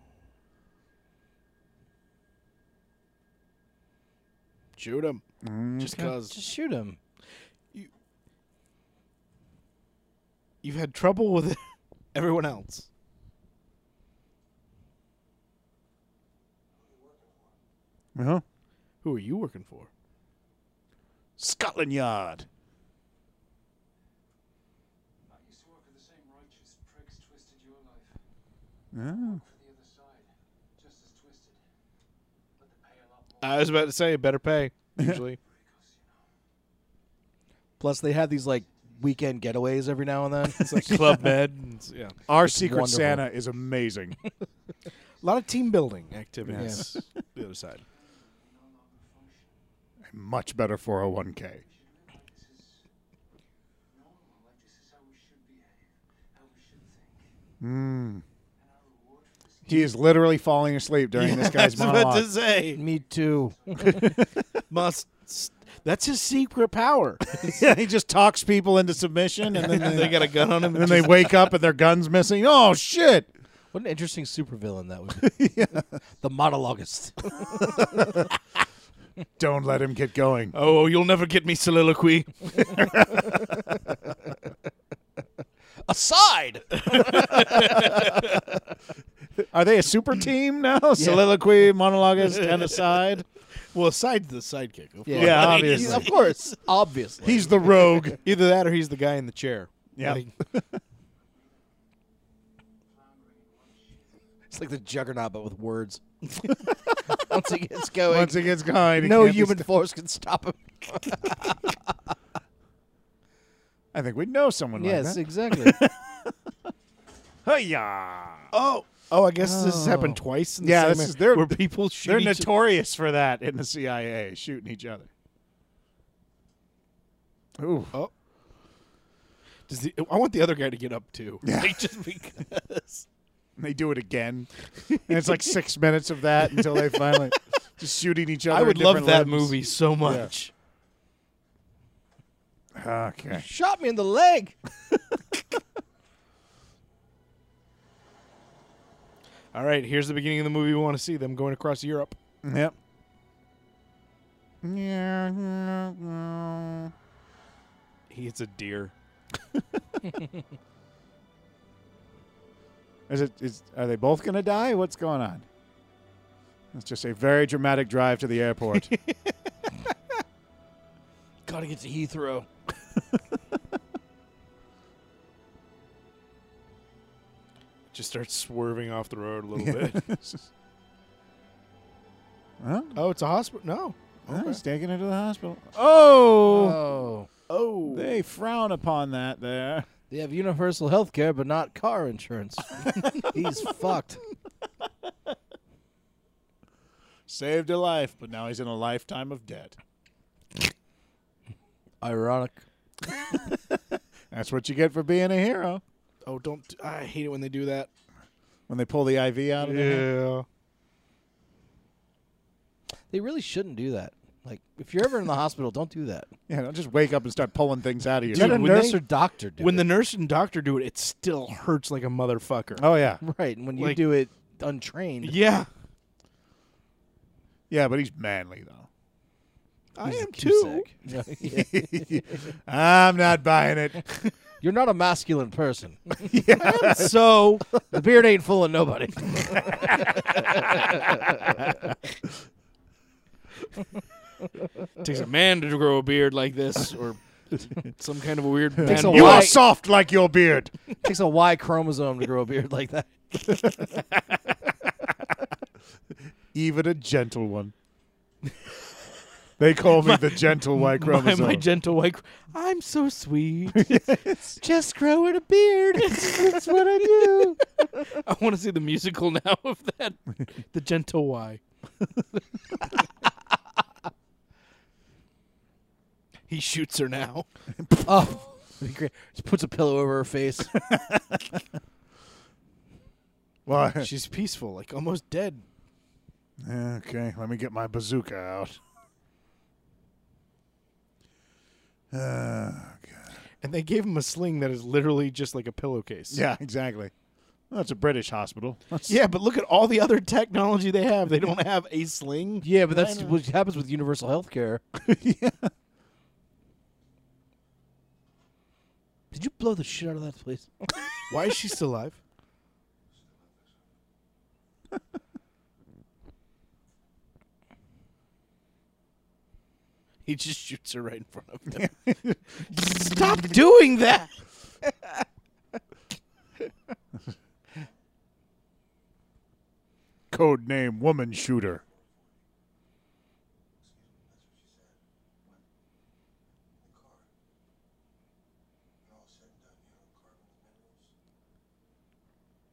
Shoot him.
Mm,
Just cause
Just shoot him.
you've had trouble with everyone else.
Uh-huh.
Who are you working for?
Scotland Yard.
I used to work with the same righteous pricks twisted your life.
Oh.
For the other side, just as twisted. But they pay a lot more.
I was about to say better pay. Usually,
Plus, they have these like weekend getaways every now and then. It's like
Club Med. and it's- yeah,
Our Secret
wonderful.
Santa is amazing.
a lot of team building activities. the other side.
A Much better 401k.
Normal, like this is how we should behave, how we should think.
Hmm. He is literally falling asleep during this guy's
I was about to
monologue.
say
me too.
must. That's his secret power.
yeah, he just talks people into submission, and then
they
they,
got a gun on him.
and then they wake up and their gun's missing. Oh shit!
What an interesting supervillain that would be. The monologuist.
Don't let him get going.
oh, you'll never get me soliloquy.
Aside!
Are they a super team now? Soliloquy, monologuist, and aside.
Well, aside the sidekick. Of
Yeah.
course.
Yeah,
of
obviously.
course. Obviously.
He's the rogue.
Either that or he's the guy in the chair.
Yeah.
Like,
It's like the juggernaut, but with words. Once he gets going,
Once he gets going, he
no
can't be
human
st-
force can stop him.
I think we know someone
yes,
like
exactly.
that. Hiya!
oh, oh, I guess this has happened twice. In the
Yeah,
same
this is-
area,
they're-
where people shoot.
They're
each-
notorious for that in the CIA, shooting each other. Ooh.
oh. Does the, I want the other guy to get up too. Yeah. just because.
And they do it again. and it's like six minutes of that until they finally just shooting each other.
I would
in
love
different
that
limbs.
movie so much.
Okay.
Shot me in the leg.
All right, here's the beginning of the movie we want to see them going across Europe.
Yep. Yeah.
He hits a deer.
Is it? Is are they both gonna die? What's going on? It's just a very dramatic drive to the airport.
Gotta get to Heathrow.
Just starts swerving off the road a little bit.
huh?
Oh, it's a hospital. No.
Oh, He's taken into the hospital. Oh,
Oh.
Oh.
they frown upon that there.
They have universal health care, but not car insurance. He's fucked.
Saved a life, but now he's in a lifetime of debt.
Ironic.
That's what you get for being a hero.
Oh, don't. d- I hate it when they do that.
When they pull the IV out of their hand.
Yeah.
They really shouldn't do that. Like, if you're ever in the hospital, don't do that.
Yeah, don't just wake up and start pulling things out of your.
Let a
when
nurse
they-
or doctor do
When
it.
the nurse and doctor do it, it still hurts like a motherfucker.
oh yeah,
right, and when you
like-
do it untrained,
Yeah.
yeah, but he's manly though.
I am too.
Cusack. Yeah.
I'm not buying it.
You're not a masculine person.
so
The beard ain't fooling nobody.
it takes a man to grow a beard like this or Some kind of a weird.
Takes
man-
a
You
while.
are
Why-
soft like your beard.
takes a Y chromosome to grow a beard like that.
Even a gentle one. they call me the gentle white
My,
chromosome.
my gentle white. cr- I'm so sweet.
Just growing a beard. That's what I do.
I want to see the musical now of that. The gentle Y. he shoots her now.
Oh, that'd be great. Just puts a pillow over her face.
Why?
She's peaceful, like almost dead.
Okay, let me get my bazooka out. Ah, God.
And they gave him a sling that is literally just like a pillowcase.
Yeah, exactly. That's a British hospital. That's-
Yeah, but look at all the other technology they have. They don't have a sling.
yeah, but that's what happens with universal health care.
yeah.
Did you blow the shit out of that place?
Why is she still alive? he just shoots her right in front of him. Stop doing that!
Code name woman shooter.
When all is said and done, you have a carbon with minerals.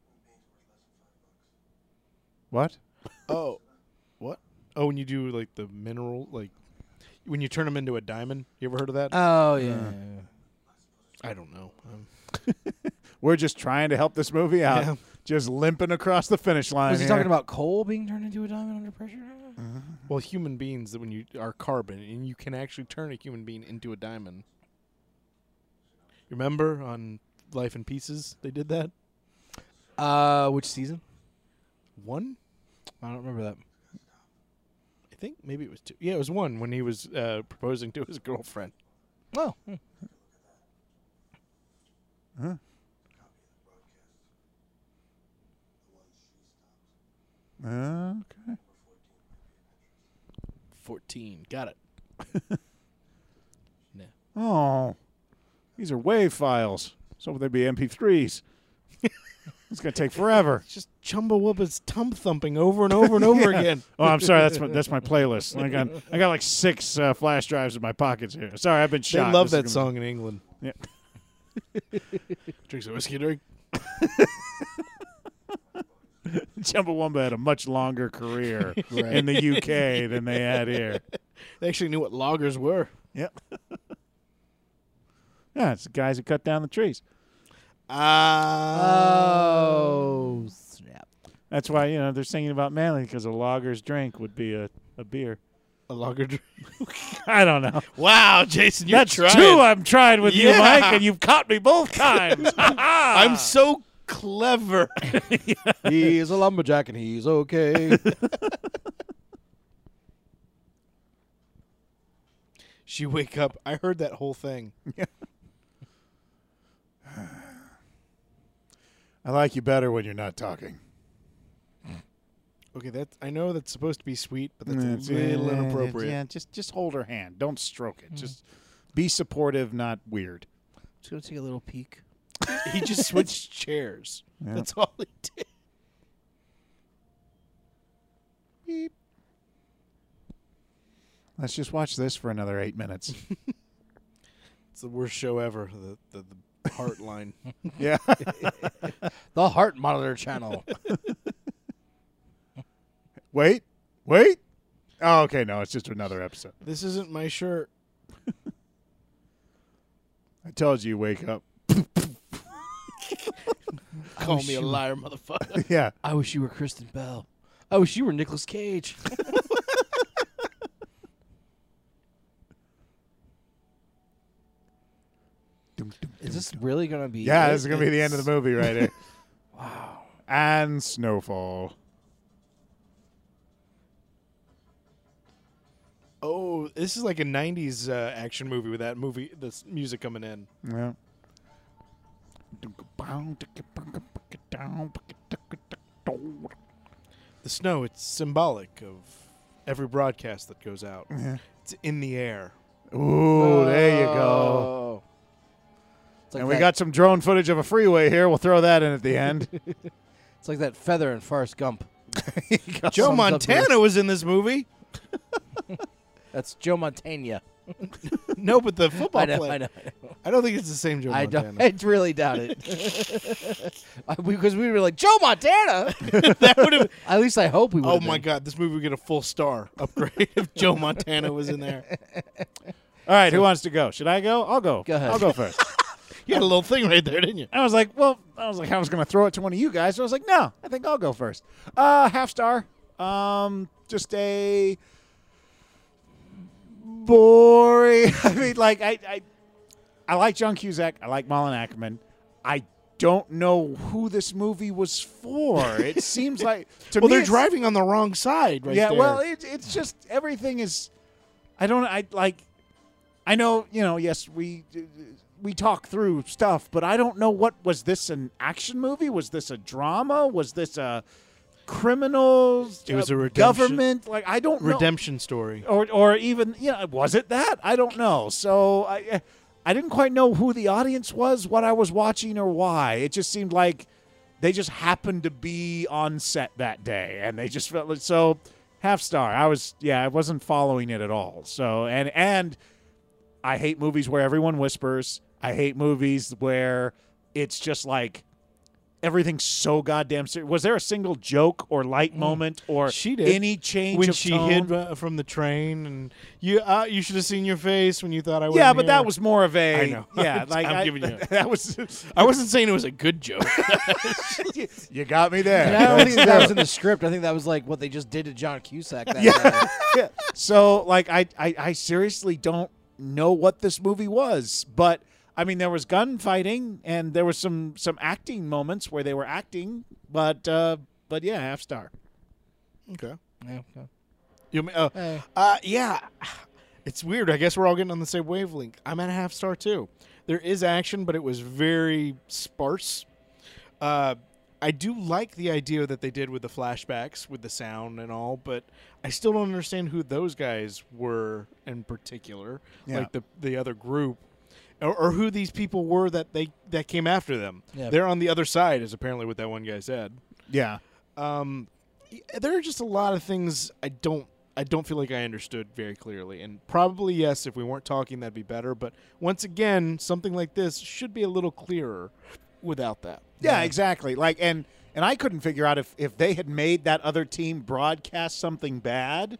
Human beings worth less than five
What?
bucks.
Oh, what? Oh, when you do like the mineral, like when you turn them into a diamond. You ever heard of that?
Oh yeah. yeah, yeah.
I don't know. Um,
We're just trying to help this movie out.
Yeah.
Just limping across the finish line.
Was he
here.
talking about coal being turned into a diamond under pressure?
well, human beings that when you are carbon and you can actually turn a human being into a diamond. Remember on Life in Pieces they did that
Uh, which season?
one.
I don't remember that.
I think maybe it was two. Yeah, it was one when he was uh, proposing to his girlfriend.
Oh, hmm.
Okay.
Fourteen, got it. no.
Oh, these are WAV files. So would they be MP3s? it's gonna take forever.
It's just Chumbawamba's tum thumping over and over and over again.
Oh, I'm sorry. That's my that's my playlist. I got I got like six uh, flash drives in my pockets here. Sorry, I've been
They
shot.
love
This
that
is gonna
song in England.
be- Yeah.
Drinks a whiskey drink.
Chumbawamba had a much longer career
Right.
in the UK than they had here.
They actually knew what loggers were.
Yep. yeah, it's the guys who cut down the trees.
Oh snap!
That's why you know they're singing about Manly because a logger's drink would be a, a beer.
a logger drink.
I don't know.
Wow, Jason, you're
That's
trying.
two I'm trying with you,
Yeah.
Mike, and you've caught me both times.
I'm so clever.
he's a lumberjack and he's okay.
she wake up. I heard that whole thing.
I like you better when you're not talking.
Okay, that's I know that's supposed to be sweet, but that's
That's-
a little
yeah,
inappropriate. Hmm.
Yeah, just just hold her hand. Don't stroke it. Just be supportive, not weird.
Just gonna take a little peek.
He just switched chairs. That's all he did.
Beep. Let's just watch this for another eight minutes.
It's the worst show ever. The the, the heart line.
yeah.
The heart monitor channel.
Wait. Wait. Oh, okay. No, it's just another episode.
this isn't my shirt.
I told you, wake up.
Call me a liar, motherfucker.
Yeah.
I wish you were Kristen Bell. I wish you were Nicolas Cage. Is this really gonna be?
Yeah,
it?
this is gonna be the end of the movie right here. wow. And snowfall.
oh, this is like a '90s uh, action movie with that movie, this music coming in.
Yeah.
The snow. It's symbolic of every broadcast that goes out. It's in the air.
Ooh, there you go.
Oh. It's like
And we
that-
got some drone footage of a freeway here. We'll throw that in at the end.
It's like that feather in Forrest Gump.
Joe
Sums up
Montana
this.
was in this movie.
That's Joe Montana.
No, but the football
I know,
player.
I know, I know.
I don't think it's the same Joe
I
Montana.
don't. I really doubt it. Because we were like Joe Montana.
that would have.
At least I hope we would.
Oh my God! This movie would get a full star upgrade if Joe Montana was in there.
All right, who wants to go? Should I go? I'll go.
Go ahead.
I'll go first.
You had a little thing right there, didn't you?
And I was like, well, I was like, I was going to throw it to one of you guys. So I was like, no, I think I'll go first. Uh, half star. Um, just a boring. I mean, like, I, I, I like John Cusack. I like Malin Ackerman. I don't know who this movie was for. It seems like to
Well,
me
they're
it's-
driving on the wrong side, right
yeah,
there.
well, it, it's just everything is. I don't. I like. I know. You know. Yes, we we talk through stuff, but I don't know what was this an action movie? Was this a drama? Was this a criminals?
It was
uh,
a redemption-
government. Like I don't know
redemption story.
or or even you know was it that I don't know. So I eh, I didn't quite know who the audience was, what I was watching, or why. It just seemed like they just happened to be on set that day, and they just felt like, so half star. I was yeah, I wasn't following it at all. So and and I hate movies where everyone whispers. I hate movies where it's just like. Everything's so goddamn serious. Was there a single joke or light moment or
Mm. She did.
any change
when
of
she
tone?
hid uh, from the train, and you uh, you should have seen your face when you thought I was.
Yeah, but that was more of a.
I know.
Yeah,
I'm
like I-
giving you-
that was.
I wasn't saying it was a good joke.
you got me there.
And I don't think that was in the script. I think that was like what they just did to John Cusack. That yeah.
Yeah. So like I, I I seriously don't know what this movie was, but I mean there was gunfighting and there was some some acting moments where they were acting, but uh but yeah, half star.
okay.
yeah. okay.
You, ma- uh,
Hey.
uh, yeah, it's weird. I guess we're all getting on the same wavelength. I'm at a half star too. There is action, but it was very sparse. Uh, I do like the idea that they did with the flashbacks, with the sound and all, but I still don't understand who those guys were in particular,
Yeah.
like the the other group, or, or who these people were that they that came after them.
Yeah.
They're on the other side, is apparently what that one guy said
Yeah.
um, y- there are just a lot of things I don't I don't feel like I understood very clearly, and probably yes, if we weren't talking, that'd be better. But once again, something like this should be a little clearer without that.
Yeah, exactly. Like and and I couldn't figure out if if they had made that other team broadcast something bad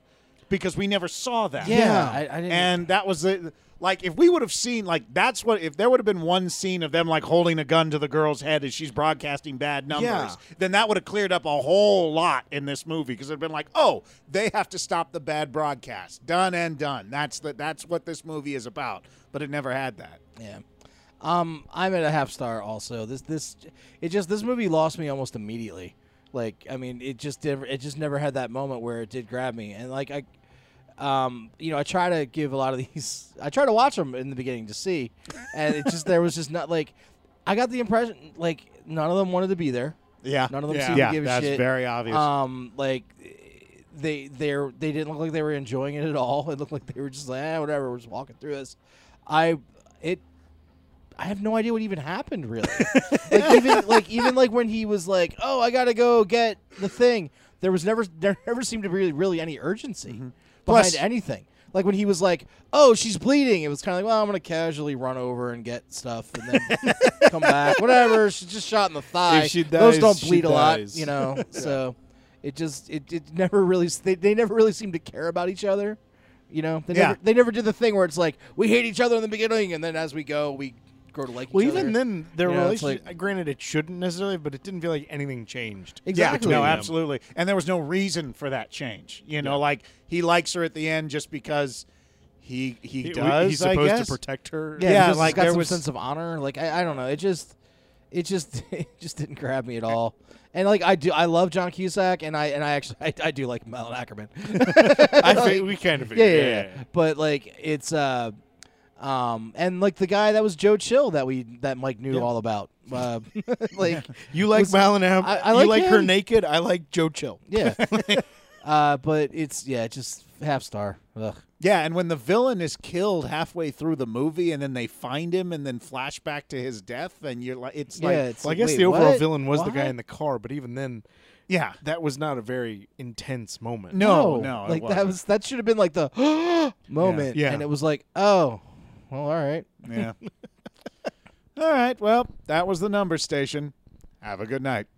because we never saw that.
Yeah, Yeah. I- I didn't-
And that was the like if we would have seen like that's what if there would have been one scene of them like holding a gun to the girl's head as she's broadcasting bad numbers,
Yeah.
then that would have cleared up a whole lot in this movie because it'd been like, oh, they have to stop the bad broadcast, done and done. That's the, that's what this movie is about. But it never had that.
Yeah. Um, I'm at a half star also. This this it just this movie lost me almost immediately. Like I mean, it just never it just never had that moment where it did grab me. And like I, um, you know, I try to give a lot of these. I try to watch them in the beginning to see, and it just there was just not like I got the impression like none of them wanted to be there.
Yeah,
None of them
yeah,
seemed
yeah,
to give a
that's
shit.
very obvious.
Um, like they they they didn't look like they were enjoying it at all. It looked like they were just like, eh, whatever, we're just walking through this. I it I have no idea what even happened really. like even like even like when he was like, "Oh, I got to go get the thing." There was never there never seemed to be really, really any urgency
Mm-hmm.
behind
Plus-
anything. Like when he was like, "Oh, she's bleeding." It was kind of like, "Well, I'm going to casually run over and get stuff and then come back. Whatever. She's just shot in the thigh.
If she
Those
dies,
don't
she
bleed a lot,
dies.
you know." So it just it, it never really they, they never really seemed to care about each other. You know, they
Yeah.
never they never did the thing where it's like we hate each other in the beginning, and then as we go, we grow to like.
Well,
each
even
other.
then, their
Yeah, it's
relationship. uh, granted, it shouldn't necessarily, but it didn't feel like anything changed.
exactly.
Yeah, no,
them.
absolutely. And there was no reason for that change. You know, like he likes her at the end just because he he
He-
does.
He's
I
supposed
guess.
to protect her.
Yeah,
because it's
like,
got
there
some
was-
sense of honor. Like I, I don't know. It just, it just, it just didn't grab me at all. And like I do, I love John Cusack, and I and I actually I, I do like Melon Ackerman.
I think we kind of
yeah, yeah, yeah, But like it's uh, um, and like the guy that was Joe Chill that we that Mike knew all about. Uh, like
You like
was-
Malin Am-
I- I
you
like
like her
him.
naked. I like Joe Chill.
yeah. Uh, but it's yeah, just half star. Ugh.
Yeah, and when the villain is killed halfway through the movie, and then they find him, and then flashback to his death, and you're like, it's
Yeah,
like,
it's
Well, I
like,
guess
wait,
the overall
what?
villain was the guy
Why?
in the car, but even then,
yeah,
that was not a very intense moment.
no, no, it
like that
wasn't.
was that should have been like the moment,
Yeah.
and it was like, oh, well, all right.
yeah. All right, well, that was the number station. Have a good night.